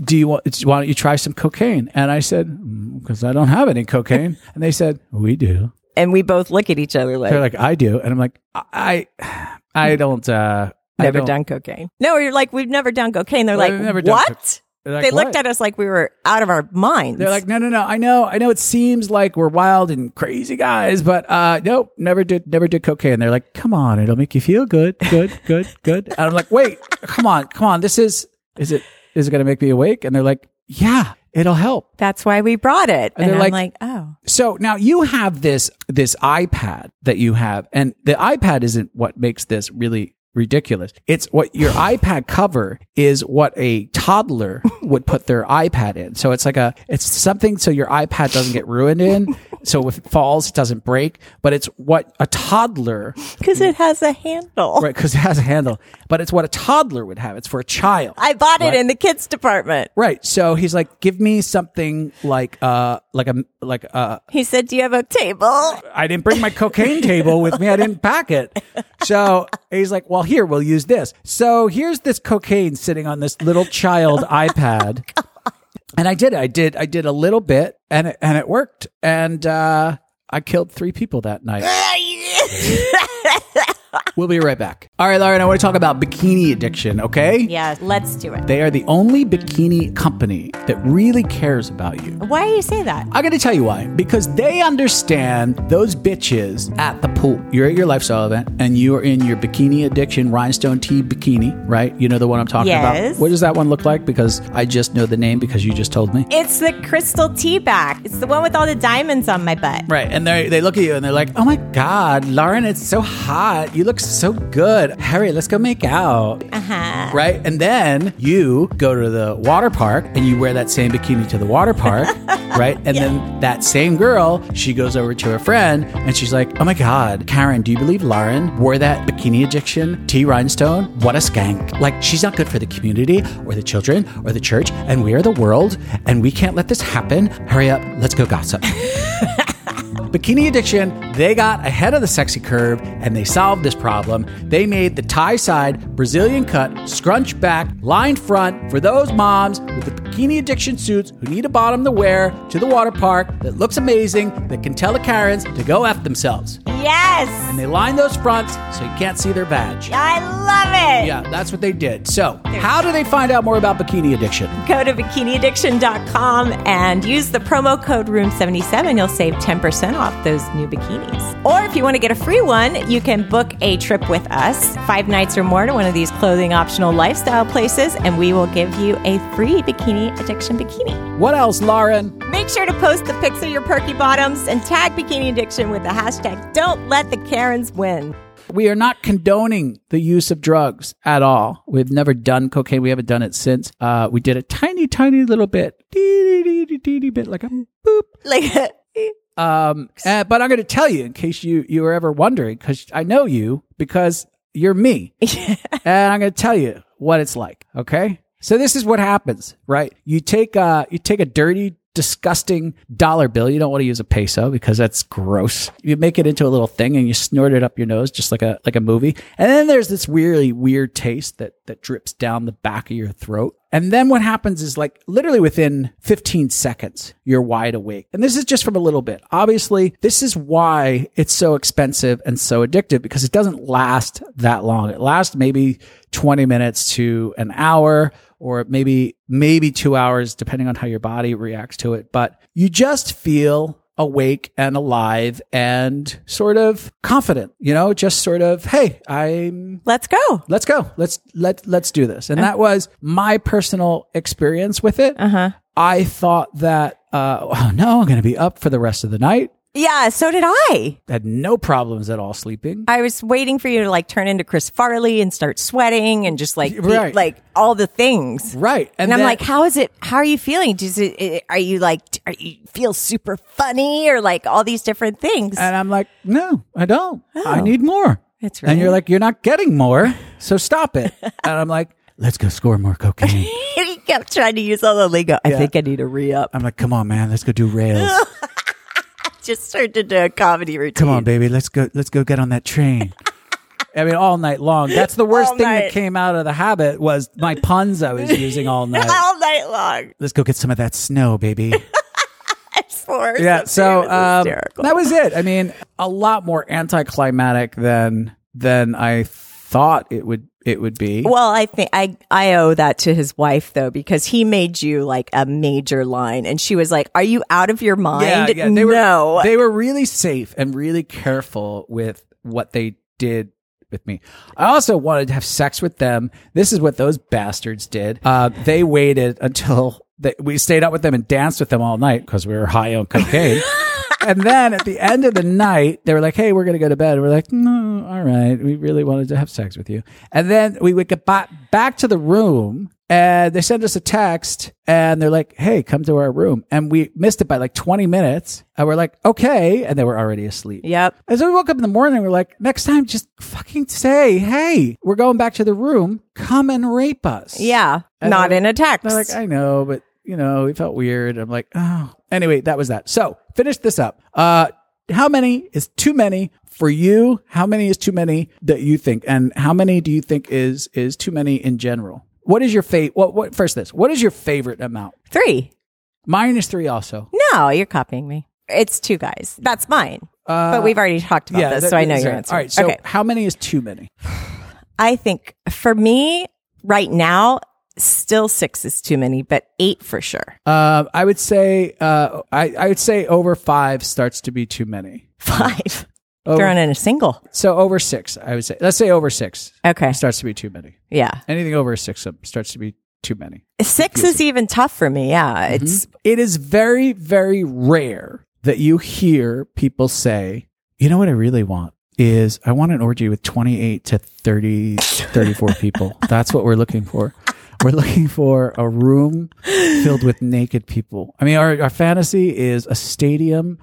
Speaker 2: Do you want, why don't you try some cocaine? And I said, Because I don't have any cocaine. And they said, We do.
Speaker 4: and we both look at each other like,
Speaker 2: They're like, I do. And I'm like, I, I don't, uh, I
Speaker 4: never
Speaker 2: don't-
Speaker 4: done cocaine. No, you're like, we've never done cocaine. They're
Speaker 2: Well,
Speaker 4: like,
Speaker 2: we've never done
Speaker 4: what?
Speaker 2: cocaine. They're like,
Speaker 4: they
Speaker 2: "What?"
Speaker 4: looked at us like we were out of our minds.
Speaker 2: They're like, no, no, no. I know, I know. It seems like we're wild and crazy guys, but uh, nope, never did, never did cocaine. They're like, come on, it'll make you feel good, good, good, good. And I'm like, wait, come on, come on. This is, is it, is it going to make me awake? And they're like, yeah, it'll help.
Speaker 4: that's why we brought it. And,
Speaker 2: they're
Speaker 4: I'm
Speaker 2: like-
Speaker 4: like, oh,
Speaker 2: So now you have this this iPad that you have, and the iPad isn't what makes this really ridiculous. It's what your iPad cover is what a toddler would put their iPad in. So it's like a it's something so your iPad doesn't get ruined in. So if it falls, it doesn't break. But it's what a toddler
Speaker 4: because it has a handle.
Speaker 2: right because it has a handle. But it's what a toddler would have. It's for a child.
Speaker 4: I bought it in the kids department.
Speaker 2: Right, so he's like, give me something like, uh, like a, like uh, a,
Speaker 4: He said, do you have a table?
Speaker 2: I didn't bring my cocaine table with me. I didn't pack it. So he's like, well, here, we'll use this. So here's this cocaine sitting on this little child iPad. And I did, I did, I did a little bit and it, and it worked. And uh, I killed three people that night. we'll be right back. All right, Lauren, I want to talk about bikini addiction. Okay.
Speaker 4: yeah, let's do it.
Speaker 2: They are the only bikini company that really cares about you.
Speaker 4: Why do you say that?
Speaker 2: I gotta tell you why. Because they understand those bitches at the pool. You're at your lifestyle event and you're in your bikini addiction rhinestone tee bikini, right? You know the one I'm talking
Speaker 4: Yes.
Speaker 2: about. What does that one look like? Because I just know the name because you just told me.
Speaker 4: It's the crystal tea bag. It's the one with all the diamonds on my butt.
Speaker 2: Right. And they they look at you and they're like, oh my God, Lauren, it's so hot. You look so good. Harry, let's go make out.
Speaker 4: Uh-huh.
Speaker 2: Right. And then you go to the water park and you wear that same bikini to the water park. right. And then that same girl, she goes over to her friend and she's like, oh my God, Karen, do you believe Lauren wore that bikini addiction T rhinestone? What a skank. Like, she's not good for the community or the children or the church. And we are the world and we can't let this happen. Hurry up. Let's go gossip. Bikini Addiction, they got ahead of the sexy curve and they solved this problem. They made the tie side, Brazilian cut, scrunch back, lined front for those moms with the bikini addiction suits who need a bottom to wear to the water park that looks amazing, that can tell the Karens to go F themselves.
Speaker 4: Yes.
Speaker 2: They line those fronts so you can't see their badge.
Speaker 4: I love it.
Speaker 2: Yeah, that's what they did. So, how do they find out more about bikini addiction?
Speaker 4: Go to bikiniaddiction.com and use the promo code room77. You'll save 10% off those new bikinis. Or if you want to get a free one, you can book a trip with us, five nights or more to one of these clothing optional lifestyle places, and we will give you a free bikini addiction bikini.
Speaker 2: What else, Lauren?
Speaker 4: Make sure to post the pics of your perky bottoms and tag Bikini Addiction with the hashtag Don't Let the Karens Win.
Speaker 2: We are not condoning the use of drugs at all. We've never done cocaine. We haven't done it since. Uh, we did a tiny, tiny little bit, dee, dee, dee, dee, dee, bit, like a boop.
Speaker 4: Like,
Speaker 2: Um, uh, but I'm going to tell you in case you you were ever wondering, because I know you, because you're me, and I'm going to tell you what it's like. Okay, so this is what happens, right? You take uh you take a dirty. Disgusting dollar bill. You don't want to use a peso because that's gross. You make it into a little thing and you snort it up your nose, just like a like a movie. And then there's this really weird taste that that drips down the back of your throat. And then what happens is like literally within 15 seconds, you're wide awake. And this is just from a little bit. Obviously, this is why it's so expensive and so addictive because it doesn't last that long. It lasts maybe 20 minutes to an hour or maybe, maybe two hours, depending on how your body reacts to it. But you just feel awake and alive and sort of confident, you know, just sort of, Hey, I'm
Speaker 4: let's go.
Speaker 2: let's go let's let let's do this
Speaker 4: Uh-huh.
Speaker 2: and that was my personal experience with it uh-huh i thought that uh oh no i'm gonna be up for the rest of the night
Speaker 4: Yeah, so did I.
Speaker 2: had no problems at all sleeping
Speaker 4: I was waiting for you to like turn into Chris Farley and start sweating and just like,
Speaker 2: Right.
Speaker 4: like all the things.
Speaker 2: right
Speaker 4: And, I'm
Speaker 2: then-
Speaker 4: like, how is it? How are you feeling? Does it, it- are you like, are you feel super funny or like all these different things?
Speaker 2: and i'm like no i don't i need more
Speaker 4: Oh. That's
Speaker 2: and you're
Speaker 4: right.
Speaker 2: like you're not getting more so stop it and i'm like let's go score more cocaine
Speaker 4: he kept trying to use all the lingo. I think I need a re up.
Speaker 2: i'm like come on man let's go do rails
Speaker 4: Just turned into a comedy routine.
Speaker 2: come on baby let's go let's go get on that train i mean all night long that's the worst
Speaker 4: All
Speaker 2: thing
Speaker 4: night.
Speaker 2: that came out of the habit was my puns i was using all night
Speaker 4: all night long.
Speaker 2: let's go get some of that snow baby
Speaker 4: For
Speaker 2: yeah so um,
Speaker 4: hysterical.
Speaker 2: that was it i mean a lot more anticlimactic than than i thought it would it would be
Speaker 4: Well, I think I I owe that to his wife though because he made you like a major line, and she was like, "Are you out of your mind?"
Speaker 2: They were,
Speaker 4: no,
Speaker 2: They were really safe and really careful with what they did with me. I also wanted to have sex with them. This is what those bastards did. Uh, they waited until they, we stayed up with them and danced with them all night because we were high on cocaine. and then at the end of the night, they were like, hey, we're going to go to bed. And we're like, no, all right. We really wanted to have sex with you. And then we would get ba- back to the room and they sent us a text and they're like, hey, come to our room. And we missed it by like 20 minutes. And we're like, okay. And they were already asleep.
Speaker 4: yep.
Speaker 2: As we woke up in the morning, we're like, next time, just fucking say, hey, we're going back to the room. Come and rape us.
Speaker 4: Yeah,
Speaker 2: And
Speaker 4: not
Speaker 2: they're-
Speaker 4: in a text.
Speaker 2: They're like, "Uh, I know, but you know, it felt weird. I'm like, oh. Anyway, that was that. So finish this up. Uh, how many is too many for you? How many is too many that you think? And how many do you think is is too many in general? What is your fate? What what first this? What is your favorite amount?
Speaker 4: Three.
Speaker 2: Mine is three also.
Speaker 4: No, you're copying me. It's two guys. That's mine. but we've already talked about this,
Speaker 2: Uh, that-
Speaker 4: so I know
Speaker 2: that's
Speaker 4: your
Speaker 2: right.
Speaker 4: answer.
Speaker 2: All right. So
Speaker 4: okay.
Speaker 2: how many is too many?
Speaker 4: I think for me right now, still six is too many, but eight for sure.
Speaker 2: Uh, I would say uh, I, I would say over five starts to be too many.
Speaker 4: Five.
Speaker 2: Oh.
Speaker 4: Throwing in a single.
Speaker 2: So over six, I would say. Let's say over six
Speaker 4: Okay.
Speaker 2: starts to be too many.
Speaker 4: Yeah.
Speaker 2: Anything over a six starts to be too many.
Speaker 4: Six is even tough for me. Yeah.
Speaker 2: Mm-hmm.
Speaker 4: It's
Speaker 2: It is very very rare that you hear people say, "You know what I really want." Is I want an orgy with 28 to 30, 34 people. That's what we're looking for. We're looking for a room filled with naked people. I mean, our, our fantasy is a stadium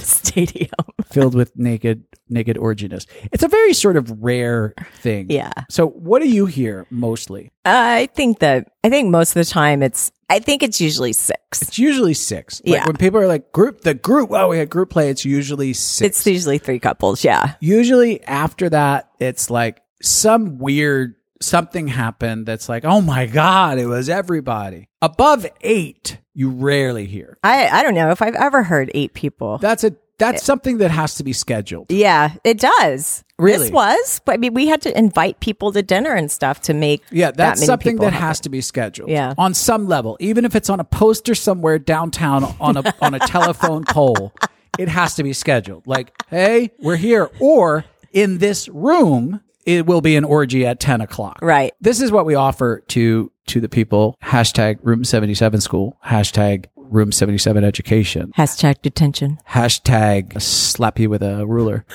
Speaker 4: stadium.
Speaker 2: filled with naked naked orginess. It's a very sort of rare thing.
Speaker 4: Yeah.
Speaker 2: So what do you hear mostly?
Speaker 4: Uh, I think that, I think most of the time it's, I think it's usually six.
Speaker 2: It's usually six. Like
Speaker 4: Yeah.
Speaker 2: When people are like group the group, oh we had group play, it's usually six.
Speaker 4: It's usually three couples. Yeah.
Speaker 2: usually after that, it's like some weird something happened that's like, oh my God, it was everybody. Above eight, you rarely hear.
Speaker 4: I, I don't know if I've ever heard eight people.
Speaker 2: That's a that's something that has to be scheduled.
Speaker 4: yeah, it does.
Speaker 2: Really?
Speaker 4: This was, but I mean, we had to invite people to dinner and stuff to make
Speaker 2: Yeah, that's
Speaker 4: that many
Speaker 2: something
Speaker 4: people
Speaker 2: that
Speaker 4: happen.
Speaker 2: has to be scheduled.
Speaker 4: Yeah.
Speaker 2: on some level, even if it's on a poster somewhere downtown on a on a telephone pole, it has to be scheduled. Like, hey, we're here, or in this room, it will be an orgy at ten o'clock.
Speaker 4: Right.
Speaker 2: This is what we offer to to the people. Hashtag Room Seventy Seven School. Hashtag Room Seventy Seven Education.
Speaker 4: Hashtag detention.
Speaker 2: Hashtag slap you with a ruler.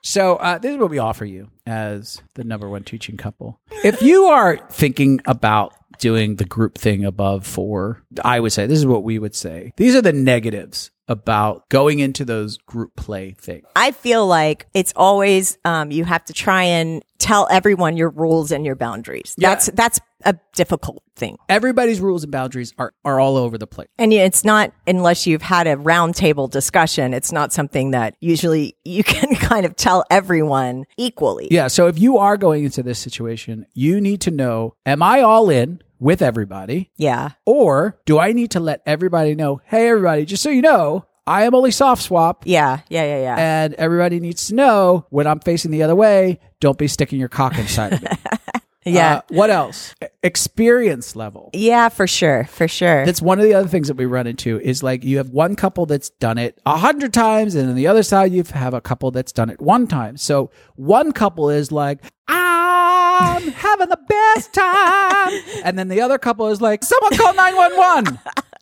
Speaker 2: so, uh, this is what we offer you as the number one teaching couple. If you are thinking about doing the group thing above four, I would say this is what we would say. These are the negatives about going into those group play things.
Speaker 4: I feel like it's always um, you have to try and tell everyone your rules and your boundaries.
Speaker 2: Yeah.
Speaker 4: That's that's a difficult thing,
Speaker 2: Everybody's rules and boundaries are, are all over the place.
Speaker 4: and yeah, it's not unless you've had a roundtable discussion. It's not something that usually you can kind of tell everyone equally.
Speaker 2: Yeah. So if you are going into this situation, you need to know, am I all in with everybody?
Speaker 4: Yeah.
Speaker 2: Or do I need to let everybody know, hey, everybody, just so you know, I am only soft swap.
Speaker 4: yeah, yeah, yeah, yeah.
Speaker 2: And everybody needs to know when I'm facing the other way, don't be sticking your cock inside of me.
Speaker 4: Yeah.
Speaker 2: Uh, what else? E- Experience level.
Speaker 4: yeah, for sure, for sure.
Speaker 2: That's one of the other things that we run into is like you have one couple that's done it a hundred times, and on the other side you have a couple that's done it one time. So one couple is like, I'm having the best time, and then the other couple is like, someone call nine one one.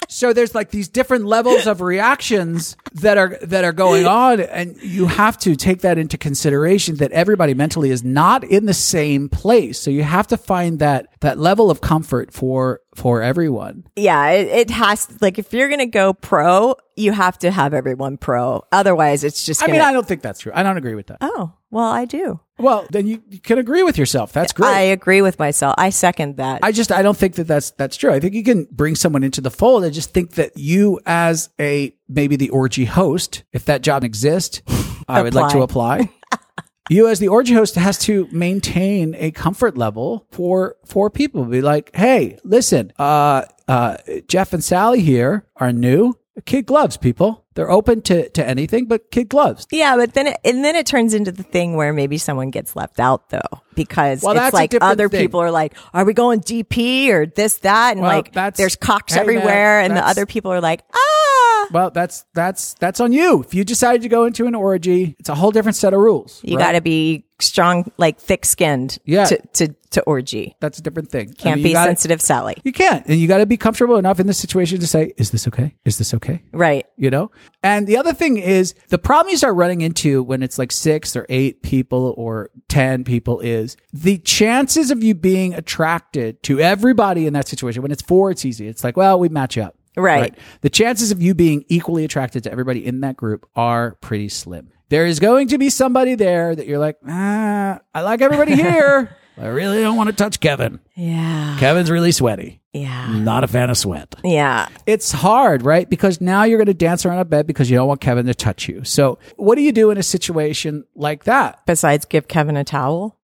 Speaker 2: So there's like these different levels of reactions that are that are going on, and you have to take that into consideration that everybody mentally is not in the same place. So you have to find that that level of comfort for for everyone.
Speaker 4: yeah, it, it has like if you're gonna go pro, you have to have everyone pro. Otherwise, it's just.
Speaker 2: I
Speaker 4: Gonna,
Speaker 2: mean, I don't think that's true. I don't agree with that.
Speaker 4: oh well, I do.
Speaker 2: Well, then you, you can agree with yourself. That's great.
Speaker 4: I
Speaker 2: I,
Speaker 4: agree with myself. I second that.
Speaker 2: just I don't think that that's that's true. I think you can bring someone into the fold. I just think that you, as a maybe the orgy host, if that job exists, I would like to apply. You as the orgy host has to maintain a comfort level for for people. Be like, hey, listen, uh, uh, Jeff and Sally here are new. Kid gloves, people. They're open to to anything, but kid gloves.
Speaker 4: Yeah, but then it, and then it turns into the thing where maybe someone gets left out though because
Speaker 2: Well, that's
Speaker 4: it's
Speaker 2: a
Speaker 4: like
Speaker 2: different
Speaker 4: other
Speaker 2: thing.
Speaker 4: people are like, are we going DP or this that and
Speaker 2: Well,
Speaker 4: like
Speaker 2: that's-
Speaker 4: there's cocks
Speaker 2: hey, man,
Speaker 4: everywhere and the
Speaker 2: that's-
Speaker 4: other people are like, ah,
Speaker 2: Well, that's that's that's on you. If you decided to go into an orgy, it's a whole different set of rules.
Speaker 4: you
Speaker 2: right?
Speaker 4: got to be strong, like thick skinned,
Speaker 2: Yeah.
Speaker 4: to, to to orgy.
Speaker 2: That's a different thing.
Speaker 4: Can't be sensitive, Sally.
Speaker 2: You can't, and you got to be comfortable enough in this situation to say, "Is this okay? Is this okay?"
Speaker 4: Right.
Speaker 2: You know. And the other thing is the problem you start running into when it's like six or eight people or ten people is the chances of you being attracted to everybody in that situation. When it's four, it's easy. It's like, well, we match up.
Speaker 4: Right.
Speaker 2: The chances of you being equally attracted to everybody in that group are pretty slim. There is going to be somebody there that you're like, ah, I like everybody here. I really don't want to touch Kevin.
Speaker 4: Yeah.
Speaker 2: Kevin's really sweaty.
Speaker 4: Yeah.
Speaker 2: Not a fan of sweat.
Speaker 4: Yeah.
Speaker 2: It's hard, right? Because now you're going to dance around a bed because you don't want Kevin to touch you. So, what do you do in a situation like that?
Speaker 4: besides give Kevin a towel?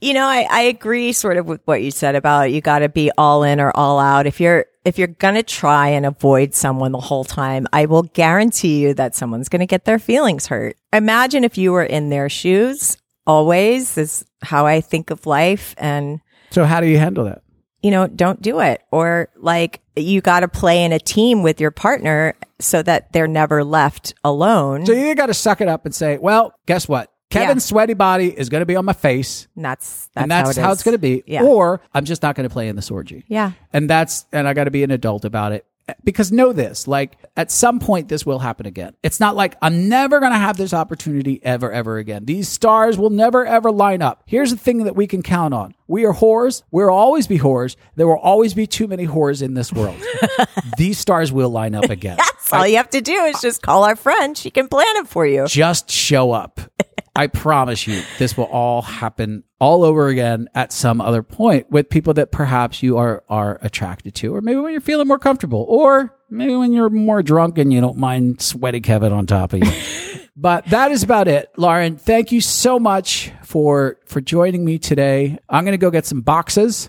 Speaker 4: you know, I, I agree sort of with what you said about you got to be all in or all out. If you're if you're going to try and avoid someone the whole time, I will guarantee you that someone's going to get their feelings hurt. Imagine if you were in their shoes always. This is how I think of life. And
Speaker 2: So how do you handle that?
Speaker 4: you know, don't do it. Or like you got to play in a team with your partner so that they're never left alone.
Speaker 2: So you either got to suck it up and say, well, guess what? Kevin's sweaty body is going to be on my face.
Speaker 4: and that's, that's,
Speaker 2: and that's
Speaker 4: how, it
Speaker 2: how
Speaker 4: is.
Speaker 2: it's going to be.
Speaker 4: Yeah.
Speaker 2: Or I'm just not going to play in this orgy.
Speaker 4: Yeah.
Speaker 2: And that's, and I got to be an adult about it. Because know this, like at some point, this will happen again. It's not like I'm never going to have this opportunity ever, ever again. These stars will never, ever line up. Here's the thing that we can count on we are whores. We'll always be whores. There will always be too many whores in this world. These stars will line up again.
Speaker 4: That's all you have to do is just call our friend. She can plan it for you.
Speaker 2: just show up. I promise you, this will all happen all over again at some other point with people that perhaps you are are attracted to, or maybe when you're feeling more comfortable, or maybe when you're more drunk and you don't mind sweaty Kevin on top of you. but that is about it, Lauren. Thank you so much for for joining me today. I'm gonna go get some boxes.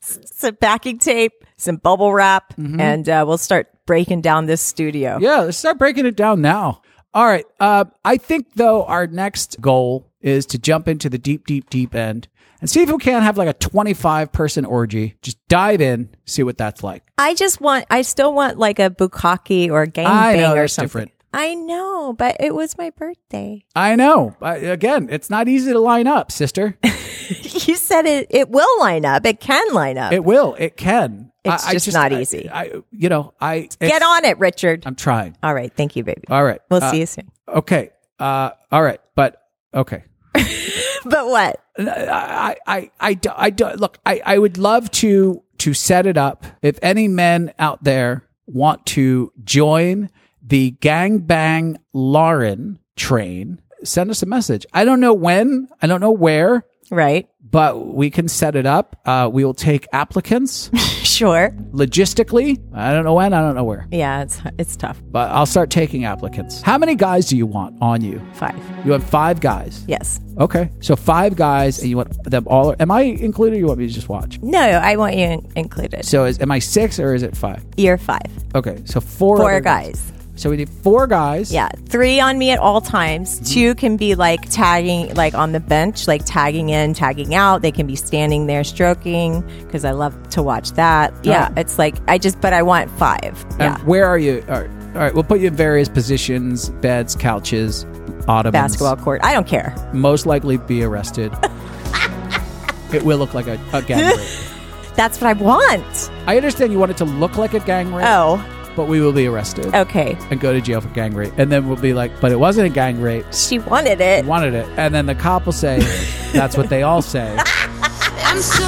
Speaker 4: Some backing tape, some bubble wrap, and uh, we'll start breaking down this studio.
Speaker 2: Mm-hmm. Yeah, let's start breaking it down now. All right. Uh, I think though our next goal is to jump into the deep, deep, deep end and see if we can have like a twenty-five person orgy. Just dive in, see what that's like.
Speaker 4: I just want, I still want like a bukkake or a
Speaker 2: I know,
Speaker 4: gangbang or
Speaker 2: that's
Speaker 4: something.
Speaker 2: different.
Speaker 4: I know, but it was my birthday.
Speaker 2: I know. I, again, it's not easy to line up, sister.
Speaker 4: You said it, it will line up. It can line up.
Speaker 2: It will. It can.
Speaker 4: It's
Speaker 2: I, I
Speaker 4: just not
Speaker 2: I-
Speaker 4: easy.
Speaker 2: I, you know, I
Speaker 4: Get
Speaker 2: it's-
Speaker 4: on it, Richard.
Speaker 2: I'm trying.
Speaker 4: All right. Thank you, baby.
Speaker 2: All right.
Speaker 4: We'll
Speaker 2: Uh,
Speaker 4: see you soon.
Speaker 2: Okay. Uh, all right. But okay.
Speaker 4: But what?
Speaker 2: I, I, I, do- I, do- look, I, I would love to, to set it up. If any men out there want to join the Gang Bang Lauren train, send us a message. I don't know when, I don't know where,
Speaker 4: Right.
Speaker 2: but we can set it up. Uh, we will take applicants
Speaker 4: Sure.
Speaker 2: logistically. I don't know when, I don't know where,
Speaker 4: Yeah, it's it's tough.
Speaker 2: but I'll start taking applicants. How many guys do you want on you?
Speaker 4: Five.
Speaker 2: You want five guys.
Speaker 4: Yes.
Speaker 2: Okay. So five guys and you want them all. Am I included or you want me to just watch?
Speaker 4: No, I want you in- included.
Speaker 2: So is am I six or is it five?
Speaker 4: You're five.
Speaker 2: Okay, so four
Speaker 4: Four
Speaker 2: other
Speaker 4: guys.
Speaker 2: So we need four guys.
Speaker 4: Yeah. Three on me at all
Speaker 2: Mm-hmm.
Speaker 4: times. Two can be like tagging, like on the bench, like tagging in, tagging out. They can be standing there stroking because I love to watch that. Yeah.
Speaker 2: right.
Speaker 4: It's like, I just, but I want five.
Speaker 2: Oh. And
Speaker 4: Yeah.
Speaker 2: Um, where are you? All right, all right, we'll put you in various positions: beds, couches, ottomans.
Speaker 4: Basketball court. I don't care.
Speaker 2: Most likely be arrested. it will look like a, a gang rape.
Speaker 4: That's what I want.
Speaker 2: I understand you want it to look like a gang rape.
Speaker 4: Oh,
Speaker 2: But we will be arrested
Speaker 4: okay.
Speaker 2: and go to jail for gang rape, and then we'll be like, "But it wasn't a gang rape.
Speaker 4: She wanted it.
Speaker 2: Wanted it." And then the cop will say, "That's what they all say."
Speaker 5: I'm so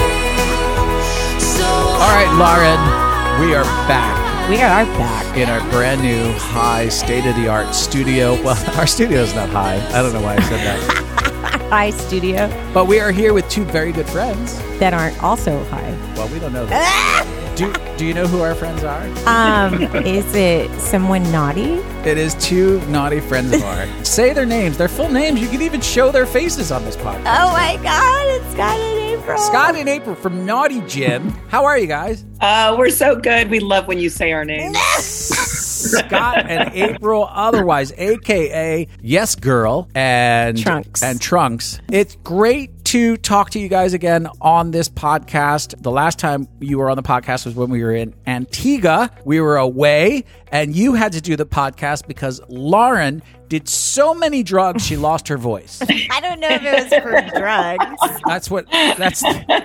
Speaker 5: high, so
Speaker 4: Oh
Speaker 2: All right, Lauren, we are back.
Speaker 4: We are back.
Speaker 2: in our brand new high state of the art studio. Well, our studio is not high. I don't know why I said that.
Speaker 4: Hi, studio.
Speaker 2: but we are here with two very good friends.
Speaker 4: That aren't also high.
Speaker 2: Well, we don't know that. do do you know who our friends are?
Speaker 4: Um, is it someone naughty?
Speaker 2: It is two naughty friends of ours. Say their names, their full names. You can even show their faces on this podcast.
Speaker 4: Oh my God! It's Scott and April.
Speaker 2: Scott and April from Naughty Jim. How are you guys?
Speaker 6: Uh, we're so good. We love when you say our name.
Speaker 2: Scott and April, otherwise AKA Yes Girl and
Speaker 4: Trunks.
Speaker 2: and Trunks. It's great to talk to you guys again on this podcast. The last time you were on the podcast was when we were in Antigua. We were away and you had to do the podcast because Lauren did so many drugs she lost her voice.
Speaker 4: I don't know if it was for drugs.
Speaker 2: That's what that's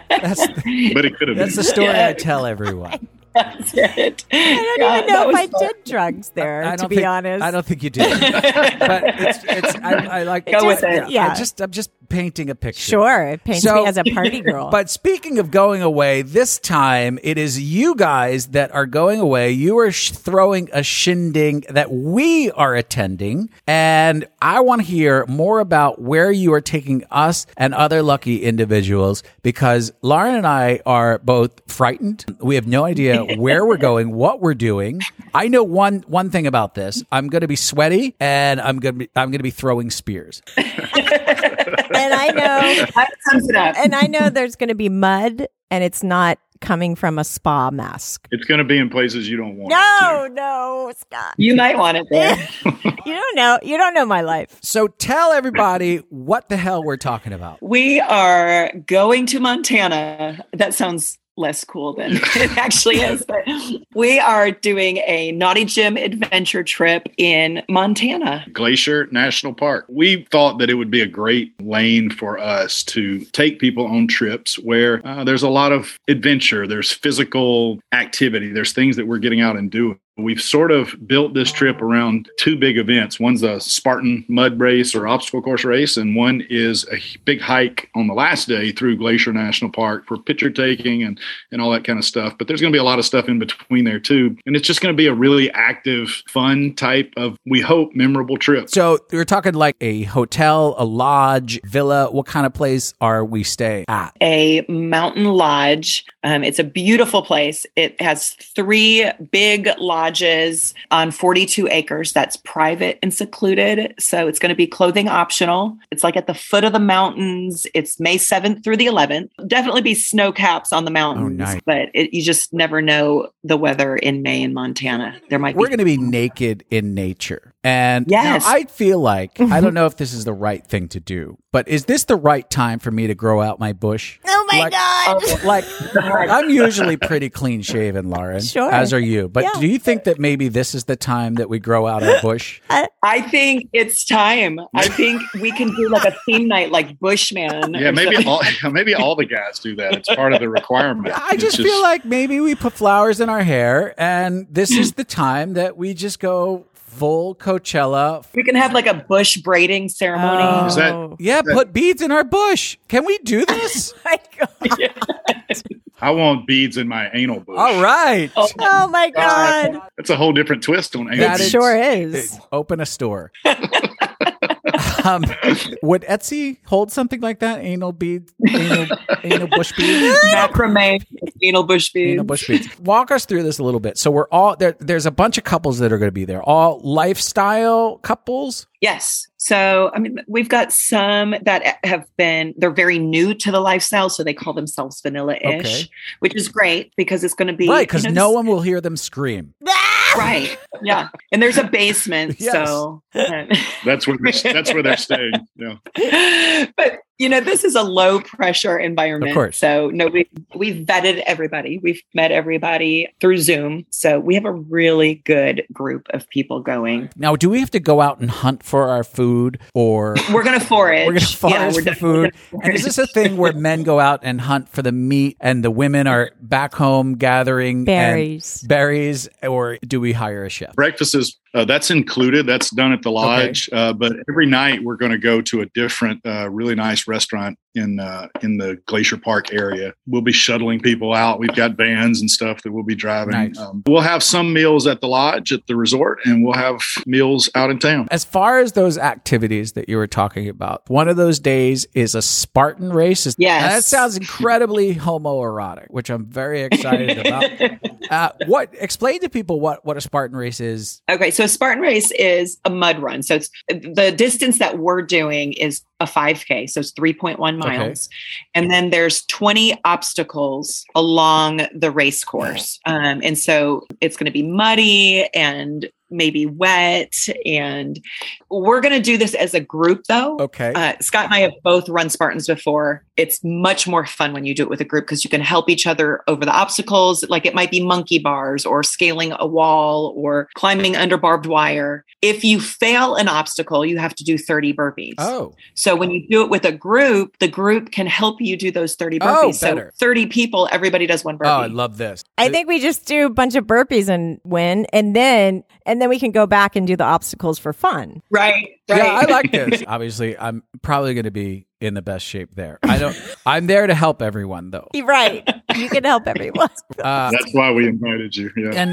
Speaker 2: that's
Speaker 7: but it could have
Speaker 2: that's
Speaker 7: been.
Speaker 2: the story I tell everyone.
Speaker 6: That's it.
Speaker 4: I don't even know if I did drugs there.
Speaker 2: I
Speaker 4: to
Speaker 2: don't
Speaker 4: be
Speaker 2: think-
Speaker 4: honest,
Speaker 2: I don't think you did. but it's, it's I, I like
Speaker 6: Go with it.
Speaker 2: I-
Speaker 4: Yeah.
Speaker 2: I just I'm just painting a picture.
Speaker 4: Sure, it paints
Speaker 2: So-
Speaker 4: me as a party girl.
Speaker 2: But speaking of going away, this time it is you guys that are going away. You are sh- throwing a shindig that we are attending, and I want to hear more about where you are taking us and other lucky individuals because Lauren and I are both frightened. We have no idea where we're going, what we're doing. I know one one thing about this. I'm going to be sweaty, and I'm going to be I'm going to be throwing spears.
Speaker 4: and I know
Speaker 6: That sums it up.
Speaker 4: and I know there's going to be mud and it's not coming from a spa mask.
Speaker 7: It's going to be in places you don't want.
Speaker 4: No, no, Scott.
Speaker 6: You might want it there.
Speaker 4: You don't know. You don't know my life.
Speaker 2: So tell everybody what the hell we're talking about.
Speaker 6: We are going to Montana. That sounds less cool than it actually is, but we are doing a Naughty Gym adventure trip in Montana.
Speaker 7: to. Glacier National Park. We thought that it would be a great lane for us to take people on trips where uh, there's a lot of adventure, there's physical activity, there's things that we're getting out and doing. We've sort of built this trip around two big events. One's a Spartan mud race or obstacle course race, and one is a h- big hike on the last day through Glacier National Park for picture taking and, and all that kind of stuff. But there's going to be a lot of stuff in between there too. And it's just going to be a really active, fun type of, we hope, memorable trip.
Speaker 2: So we're talking like a hotel, a lodge, villa. What kind of place are we staying at?
Speaker 6: A mountain lodge. Um, it's a beautiful place. It has three big lodges on 42 acres that's private and secluded. So it's going to be clothing optional. It's like at the foot of the mountains. It's May 7th through the 11th. Definitely be snow caps on the mountains,
Speaker 2: Oh, nice.
Speaker 6: but it, you just never know the weather in May in Montana. There might
Speaker 2: We're
Speaker 6: be
Speaker 2: going to be naked in nature. And
Speaker 6: Yes.
Speaker 2: now I feel like, I don't know if this is the right thing to do, but is this the right time for me to grow out my bush?
Speaker 4: Oh my
Speaker 2: Like-
Speaker 4: god.
Speaker 2: Like, I'm usually pretty clean shaven, Lauren.
Speaker 4: Sure.
Speaker 2: As are you. But
Speaker 4: Yeah.
Speaker 2: do you think that maybe this is the time that we grow out our bush?
Speaker 6: I think it's time. I think we can do like a theme night, like Bushman.
Speaker 7: Yeah,
Speaker 6: or
Speaker 7: maybe
Speaker 6: something.
Speaker 7: all, maybe all the guys do that. It's part of the requirement.
Speaker 2: I
Speaker 7: It's
Speaker 2: just feel like maybe we put flowers in our hair, and this is the time that we just go full Coachella.
Speaker 6: we can have like a bush braiding ceremony.
Speaker 7: Is that-
Speaker 4: Oh
Speaker 2: Yeah, put beads in our bush. Can we do this?
Speaker 4: my god.
Speaker 7: I want beads in my anal bush.
Speaker 2: All right.
Speaker 6: Oh,
Speaker 4: Oh my god.
Speaker 7: That's a whole different twist on anal
Speaker 2: That
Speaker 4: It
Speaker 7: beads.
Speaker 2: is-
Speaker 4: sure is.
Speaker 2: Open a store. um, would Etsy hold something like that? Anal beads, anal, anal bush beads,
Speaker 6: macrame anal bush beads.
Speaker 2: anal bush beads. Walk us through this a little bit. So we're all there. There's a bunch of couples that are going to be there. All lifestyle couples.
Speaker 6: Yes. So, I mean, we've got some that have been, they're very new to the lifestyle. So they call themselves vanilla ish,
Speaker 2: Okay.
Speaker 6: which is great because it's going to be.
Speaker 2: right? Because
Speaker 6: you know,
Speaker 2: no
Speaker 6: this-
Speaker 2: one will hear them scream.
Speaker 6: Right. Yeah. And there's a basement.
Speaker 2: Yes.
Speaker 6: So.
Speaker 7: That's where they're, that's where they're staying. Yeah.
Speaker 6: but you know this is a low pressure environment
Speaker 2: Of course.
Speaker 6: so no we we've vetted everybody we've met everybody through zoom so we have a really good group of people going
Speaker 2: Now, do we have to go out and hunt for our food, or
Speaker 6: we're gonna forage
Speaker 2: we're going to forage for
Speaker 6: definitely
Speaker 2: food?
Speaker 6: gonna
Speaker 2: And is this a
Speaker 6: forage.
Speaker 2: thing where men go out and hunt for the meat, and the women are back home gathering and-
Speaker 4: Berries.
Speaker 2: berries, or do we hire a chef?
Speaker 7: breakfast is uh, that's included that's done at the lodge uh, but every night we're going to go to a different uh, really nice restaurant in uh, in the glacier park area we'll be shuttling people out we've got vans and stuff that we'll be driving
Speaker 2: Nice.
Speaker 7: um, we'll have some meals at the lodge at the resort and we'll have meals out in town
Speaker 2: As far as those activities that you were talking about, one of those days is a Spartan race. Is-
Speaker 6: Yes.
Speaker 2: And that sounds incredibly homoerotic, which I'm very excited about. Uh, what explain to people what what a Spartan race is?
Speaker 6: Okay, so Spartan Race is a mud run. So it's the distance that we're doing is a 5K, so it's 3.1
Speaker 2: Okay.
Speaker 6: miles. And then there's 20 obstacles along the race course. Um, and so it's going to be muddy and maybe wet. And we're going to do this as a group, though.
Speaker 2: Okay.
Speaker 6: Uh, Scott and I have both run Spartans before. It's much more fun when you do it with a group because you can help each other over the obstacles. Like it might be monkey bars or scaling a wall or climbing under barbed wire. If you fail an obstacle, you have to do 30 burpees.
Speaker 2: oh,
Speaker 6: So when you do it with a group, the group can help you do those 30 burpees.
Speaker 2: Oh,
Speaker 6: so
Speaker 2: better.
Speaker 6: 30 people, everybody does one burpee.
Speaker 2: oh, I love this.
Speaker 4: I think we just do a bunch of burpees and win, and then and then we can go back and do the obstacles for fun.
Speaker 6: right, right.
Speaker 2: Yeah, I like this. Obviously, I'm probably going to be in the best shape there. I don't. I'm there to help everyone, though.
Speaker 4: You're right. You can help everyone.
Speaker 2: Uh,
Speaker 7: that's why we invited you yeah
Speaker 2: and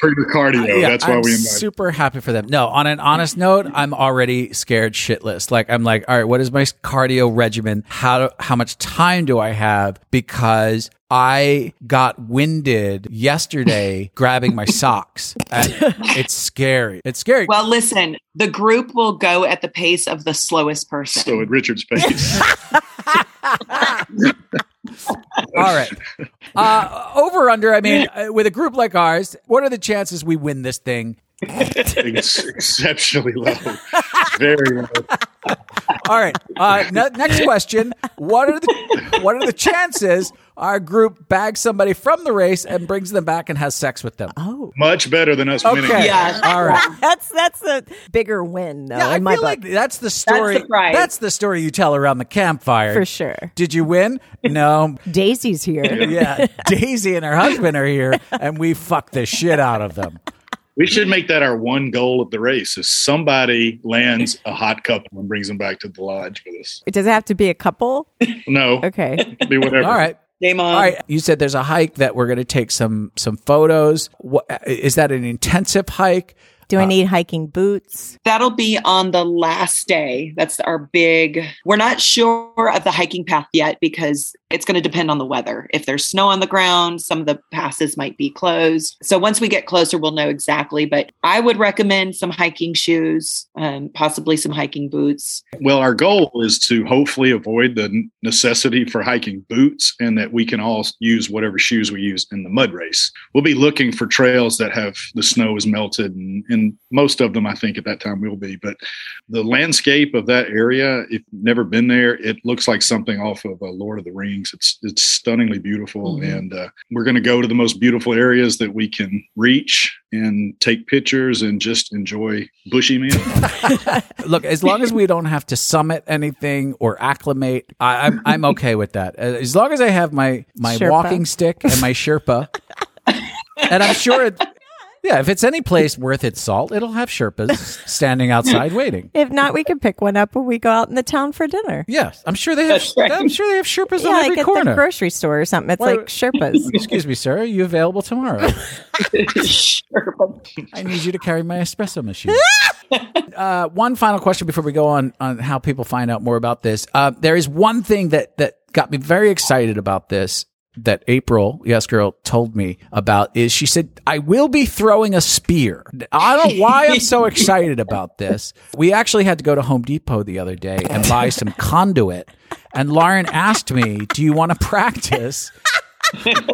Speaker 7: for your cardio
Speaker 2: Uh, yeah,
Speaker 7: that's why
Speaker 2: I'm
Speaker 7: we invited you.
Speaker 2: super happy for them. No, on an honest note, I'm already scared shitless. Like I'm like, all right, what is my cardio regimen? How do, how much time do I have? Because I got winded yesterday grabbing my socks. And it's scary. It's scary.
Speaker 6: Well, listen, the group will go at the pace of the slowest person.
Speaker 7: So at Richard's pace.
Speaker 2: All right. Uh, over under. I mean, uh, with a group like ours, what are the chances we win this thing?
Speaker 7: Ex- exceptionally low. Very low.
Speaker 2: All right. Uh, ne- next question. What are the what are the chances our group bags somebody from the race and brings them back and has sex with them?
Speaker 4: Oh,
Speaker 7: Much better than us winning.
Speaker 2: Okay.
Speaker 6: Yeah.
Speaker 2: All right.
Speaker 4: That's that's a bigger win, though,
Speaker 2: Yeah, I
Speaker 4: in my
Speaker 2: feel
Speaker 4: book,
Speaker 2: like that's the story.
Speaker 6: the prize.
Speaker 2: the story you tell around the campfire.
Speaker 4: for sure.
Speaker 2: Did you win? No.
Speaker 4: Daisy's here.
Speaker 2: Yeah. Daisy and her husband are here, and we fucked the shit out of them.
Speaker 7: We should make that our one goal of the race is somebody lands a hot couple and brings them back to the lodge with us.
Speaker 4: It Does it have to be a couple?
Speaker 7: No,
Speaker 4: Okay.
Speaker 7: be whatever.
Speaker 2: All right.
Speaker 6: Game on.
Speaker 2: All right. You said there's a hike that we're going to take some some photos. What, is that an intensive hike?
Speaker 4: Do I need hiking boots?
Speaker 6: That'll be on the last day. That's our big. We're not sure of the hiking path yet because it's going to depend on the weather. If there's snow on the ground, some of the passes might be closed. So once we get closer, we'll know exactly. But I would recommend some hiking shoes, um, possibly some hiking boots.
Speaker 7: Well, our goal is to hopefully avoid the necessity for hiking boots and that we can all use whatever shoes we use in the mud race. We'll be looking for trails that have the snow is melted and, and most of them I think at that time will be, but the landscape of that area, if you've never been there, it looks like something off of uh, Lord of the Rings. It's it's stunningly beautiful
Speaker 4: Mhm.
Speaker 7: and uh, we're going to go to the most beautiful areas that we can reach and take pictures and just enjoy bushy man.
Speaker 2: Look, as long as we don't have to summit anything or acclimate, I, I'm I'm okay with that. As as long as I have my my
Speaker 4: Sherpa.
Speaker 2: walking stick and my Sherpa, and I'm sure. It, yeah, if it's any place worth its salt, it'll have Sherpas standing outside waiting.
Speaker 4: If not, we can pick one up when we go out in the town for dinner.
Speaker 2: Yes, I'm sure they have.
Speaker 6: That's right.
Speaker 2: I'm sure they have Sherpas
Speaker 4: Yeah,
Speaker 2: on every
Speaker 4: like at
Speaker 2: corner.
Speaker 4: the grocery store or something. It's
Speaker 2: Why-
Speaker 4: like Sherpas.
Speaker 2: Excuse me, sir. Are you available tomorrow?
Speaker 6: sure.
Speaker 2: I need you to carry my espresso machine. uh, one final question before we go on on how people find out more about this. Uh, there is one thing that that got me very excited about this that April, yes, girl, told me about is she said I will be throwing a spear. I don't know why I'm so excited about this. We actually had to go to Home Depot the other day and buy some conduit, and Lauren asked me, "Do you want to practice?" and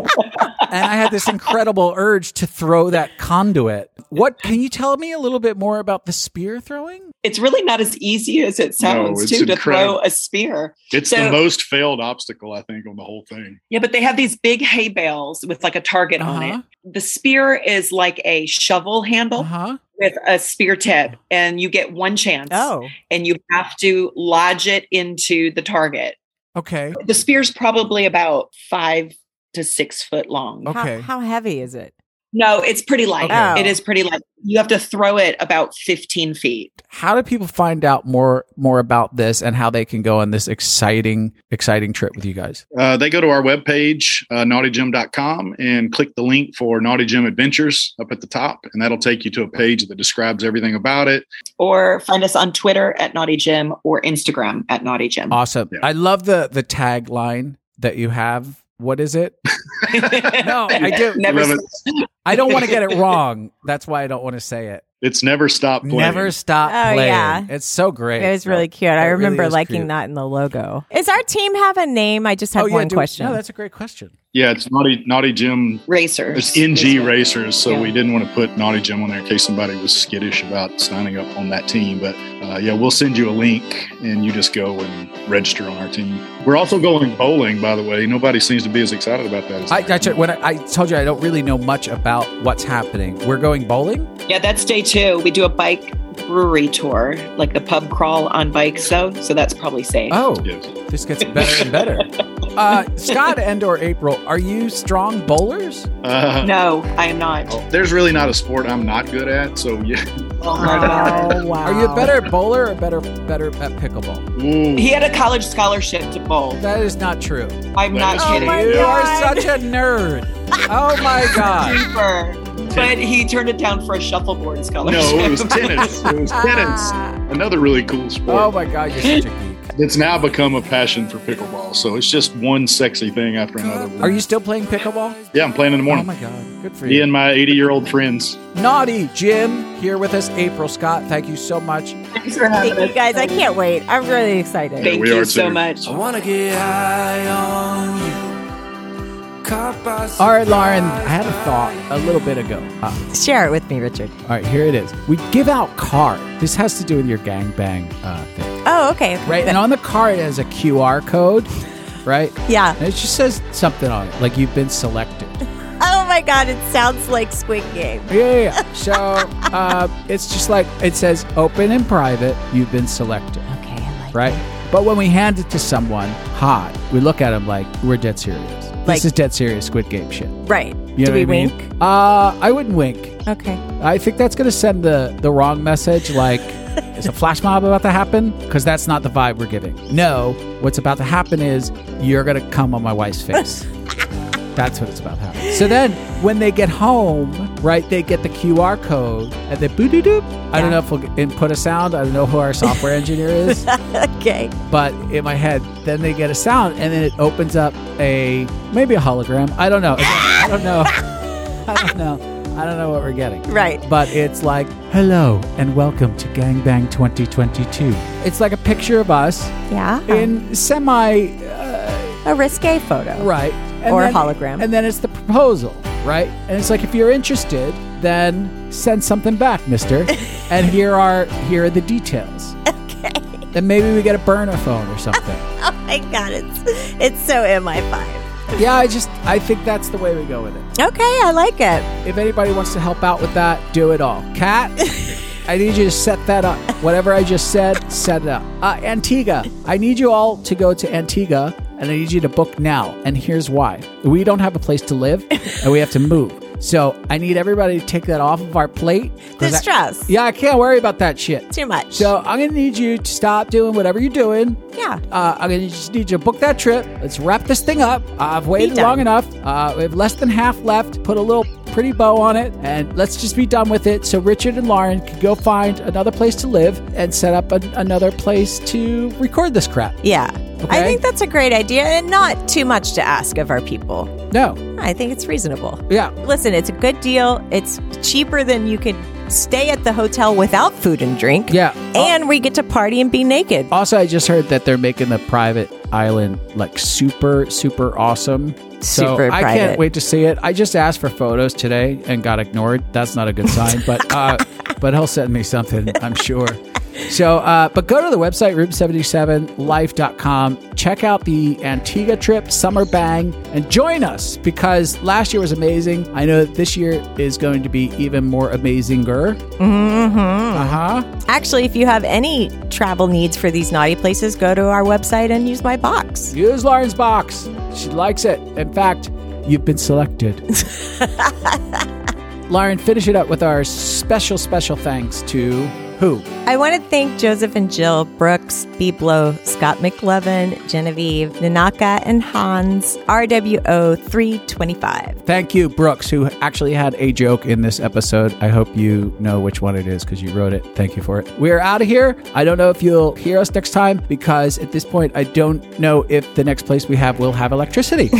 Speaker 2: I had this incredible urge to throw that conduit. What can you tell me a little bit more about the spear throwing?
Speaker 6: It's really not as easy as it sounds
Speaker 7: it's
Speaker 6: too, to
Speaker 7: incredible.
Speaker 6: throw a spear.
Speaker 7: It's
Speaker 6: So-
Speaker 7: the most failed obstacle, I think, on the whole thing.
Speaker 6: Yeah, but they have these big hay bales with like a target on
Speaker 2: Uh-huh.
Speaker 6: it. The spear is like a shovel handle
Speaker 2: Uh huh.
Speaker 6: with a spear tip, and you get one chance.
Speaker 4: Oh,
Speaker 6: and you have to lodge it into the target.
Speaker 2: Okay.
Speaker 6: The spear's probably about five to six foot long.
Speaker 2: Okay.
Speaker 4: How, how heavy is it?
Speaker 6: No, it's pretty light.
Speaker 4: Okay.
Speaker 6: It is pretty light. You have to throw it about 15 feet.
Speaker 2: How do people find out more more about this and how they can go on this exciting exciting trip with you guys?
Speaker 7: Uh, they go to our webpage, uh, naughtygym.com, and click the link for Naughty Gym Adventures up at the top, and that'll take you to a page that describes everything about it.
Speaker 6: Or find us on Twitter at Naughty Gym or Instagram at Naughty Gym.
Speaker 2: Awesome.
Speaker 7: Yeah.
Speaker 2: I love the the tagline that you have. What is it? No, I do.
Speaker 6: Never
Speaker 7: Love it.
Speaker 6: s-
Speaker 2: I don't want to get it wrong. That's why I don't want to say it.
Speaker 7: It's never stop playing.
Speaker 2: Never stop
Speaker 4: Oh,
Speaker 2: playing.
Speaker 4: yeah.
Speaker 2: It's so great.
Speaker 4: It was really cute.
Speaker 2: It
Speaker 4: I
Speaker 2: really
Speaker 4: remember
Speaker 2: is
Speaker 4: liking
Speaker 2: cute.
Speaker 4: that in the logo. Does our team have a name? I just have
Speaker 2: Oh,
Speaker 4: one
Speaker 2: yeah, do-
Speaker 4: question.
Speaker 2: No, that's a great question.
Speaker 7: Yeah, it's Naughty Naughty Gym.
Speaker 6: Racers.
Speaker 7: It's NG Racers, so
Speaker 6: Yeah.
Speaker 7: we didn't want to put Naughty Gym on there in case somebody was skittish about signing up on that team. But uh, yeah, we'll send you a link, and you just go and register on our team. We're also going bowling, by the way. Nobody seems to be as excited about that as
Speaker 2: I, I ju- when I, I told you I don't really know much about what's happening. We're going bowling.
Speaker 6: Yeah, that's day two. We do a bike brewery tour, like the pub crawl on bikes, though. So that's probably safe.
Speaker 2: Oh,
Speaker 7: Yes.
Speaker 2: this gets better and better. Uh, Scott and or April, are you strong bowlers?
Speaker 7: Uh,
Speaker 6: No, I am not.
Speaker 7: There's really not a sport I'm not good at, so yeah.
Speaker 6: Oh my God.
Speaker 4: Oh, wow.
Speaker 2: Are you a better bowler or better better at pickleball?
Speaker 7: Ooh.
Speaker 6: He had a college scholarship to bowl.
Speaker 2: That is not true.
Speaker 6: I'm not
Speaker 7: Oh
Speaker 6: kidding.
Speaker 4: my
Speaker 2: you
Speaker 4: God.
Speaker 2: are such a nerd. Oh my god.
Speaker 6: Super. But he turned it down for a shuffleboard scholarship.
Speaker 2: Ah.
Speaker 7: No, it was tennis. It was tennis. Another really cool sport.
Speaker 2: Oh my god, you're such a geek.
Speaker 7: It's now become a passion for pickleball. So it's just one sexy thing after another.
Speaker 2: Are you still playing pickleball?
Speaker 7: Yeah, I'm playing in the
Speaker 2: Oh
Speaker 7: morning.
Speaker 2: my god, good for
Speaker 7: Me
Speaker 2: you.
Speaker 7: and my 80 year old friends.
Speaker 2: Naughty Jim here with us. April Scott, thank you so much.
Speaker 6: Thanks for having
Speaker 4: Thank you
Speaker 6: us.
Speaker 4: guys. I can't wait. I'm really excited.
Speaker 6: Thank
Speaker 7: we
Speaker 6: you
Speaker 7: are
Speaker 6: so
Speaker 7: too.
Speaker 6: much.
Speaker 3: I wanna get high on you. Caught by
Speaker 2: All right, Lauren, I had a thought a little bit ago. Uh,
Speaker 4: Share it with me, Richard.
Speaker 2: all right, here it is. We give out card. This has to do with your gangbang uh, thing,
Speaker 4: Oh, okay.
Speaker 2: right? And on the card it has a QR code, right?
Speaker 4: Yeah.
Speaker 2: And it just says something on it, like you've been selected.
Speaker 4: Oh my god, it sounds like Squid Game.
Speaker 2: Yeah, yeah, yeah. So uh, it's just like it says open and private, you've been selected,
Speaker 4: Okay, I like
Speaker 2: right? But when we hand it to someone hot, we look at them like we're dead serious.
Speaker 4: Like-
Speaker 2: this is dead serious Squid Game shit.
Speaker 4: it. Right. Do
Speaker 2: You know
Speaker 4: we
Speaker 2: what I mean?
Speaker 4: wink?
Speaker 2: Uh, I wouldn't wink.
Speaker 4: Okay.
Speaker 2: I think that's going to send the, the wrong message. Like, is a flash mob about to happen? Because that's not the vibe we're giving. No, what's about to happen is you're going to come on my wife's face. that's what it's about to happen. So then, when they get home, right, they get the QR code and they boo doo doop. I don't
Speaker 4: Yeah.
Speaker 2: know if we'll input a sound. I don't know who our software engineer is,
Speaker 4: Okay.
Speaker 2: but in my head, then they get a sound and then it opens up a maybe a hologram. I don't know. Again, I don't know. I don't know. I don't know what we're getting
Speaker 4: Right.
Speaker 2: but it's like, hello and welcome to Gangbang 2022. It's like a picture of us
Speaker 4: Yeah.
Speaker 2: in semi
Speaker 4: a risque photo.
Speaker 2: right
Speaker 4: Or a hologram.
Speaker 2: and then it's the proposal, right? And it's like if you're interested, then send something back, Mister. and here are here are the details. Okay. And maybe we get a burner phone or something.
Speaker 4: Oh my god, it's it's so MI5.
Speaker 2: yeah, I just I think that's the way we go with it.
Speaker 4: Okay, I like it.
Speaker 2: If anybody wants to help out with that, do it all. Kat, I need you to set that up. Whatever I just said, set it up. Uh, Antigua, I need you all to go to Antigua and I need you to book now. And here's why we don't have a place to live and we have to move. So I need everybody to take that off of our plate. 'Cause
Speaker 4: The
Speaker 2: I-
Speaker 4: stress.
Speaker 2: yeah, I can't worry about that shit.
Speaker 4: Too much.
Speaker 2: So I'm going to need you to stop doing whatever you're doing
Speaker 4: yeah.
Speaker 2: uh, I'm gonna just need you to book that trip. Let's wrap this thing up. Uh, I've waited
Speaker 4: done.
Speaker 2: long enough. Uh, we have less than half left. Put a little pretty bow on it, and let's just be done with it. So Richard and Lauren can go find another place to live and set up an another place to record this crap.
Speaker 4: Yeah. I
Speaker 2: Okay.
Speaker 4: think that's a great idea and not too much to ask of our people.
Speaker 2: No,
Speaker 4: I think it's reasonable.
Speaker 2: yeah,
Speaker 4: Listen, it's a good deal. It's cheaper than you could stay at the hotel without food and drink.
Speaker 2: yeah. Oh.
Speaker 4: And we get to party and be naked.
Speaker 2: also, I just heard that they're making the private island like super, super awesome. So
Speaker 4: Super
Speaker 2: I
Speaker 4: private.
Speaker 2: can't wait to see it. I just asked for photos today and got ignored. That's not a good sign, but uh, but he'll send me something, I'm sure. So, uh, but go to the website, room77life.com. Check out the Antigua trip, Summer Bang, and join us because last year was amazing. I know that this year is going to be even more amazinger. Mm-hmm. Uh huh.
Speaker 4: Actually, if you have any travel needs for these naughty places, go to our website and use my box.
Speaker 2: Use Lauren's box. She likes it. In fact, you've been selected. Lauren, finish it up with our special, special thanks to who?
Speaker 4: I want to thank Joseph and Jill, Brooks, Biblo, Scott McLevin, Genevieve, Nanaka, and Hans, RWO 325.
Speaker 2: Thank you, Brooks, who actually had a joke in this episode. I hope you know which one it is because you wrote it. Thank you for it. We're out of here. I don't know if you'll hear us next time because at this point, I don't know if the next place we have will have electricity.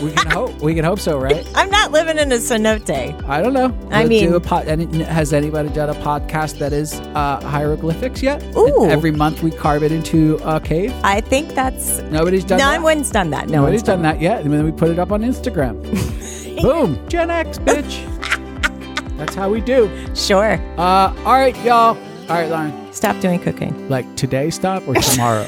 Speaker 2: we can hope. We can hope so, right?
Speaker 4: I'm not living in a cenote.
Speaker 2: I don't know.
Speaker 4: I
Speaker 2: We'll
Speaker 4: mean-
Speaker 2: do a pod, any, has anybody done a podcast that is uh, hieroglyphics yet?
Speaker 4: Ooh.
Speaker 2: And every month we carve it into a cave.
Speaker 4: I think that's.
Speaker 2: Nobody's done.
Speaker 4: No
Speaker 2: that?
Speaker 4: one's done that. No
Speaker 2: Nobody's
Speaker 4: one's
Speaker 2: done that yet. And then we put it up on Instagram. Boom, Gen X, bitch. That's how we do.
Speaker 4: Sure.
Speaker 2: Uh, all right, y'all. All right, Lauren.
Speaker 4: Stop doing cooking.
Speaker 2: Like today, stop or tomorrow?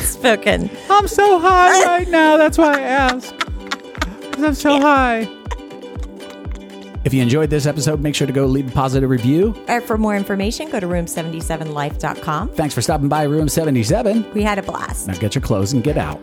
Speaker 4: Spoken.
Speaker 2: I'm so high right now. That's why I ask. Because I'm so high. If you enjoyed this episode, make sure to go leave a positive review.
Speaker 4: Or for more information, go to room77life.com.
Speaker 2: Thanks for stopping by Room 77.
Speaker 4: We had a blast.
Speaker 2: Now get your clothes and get out.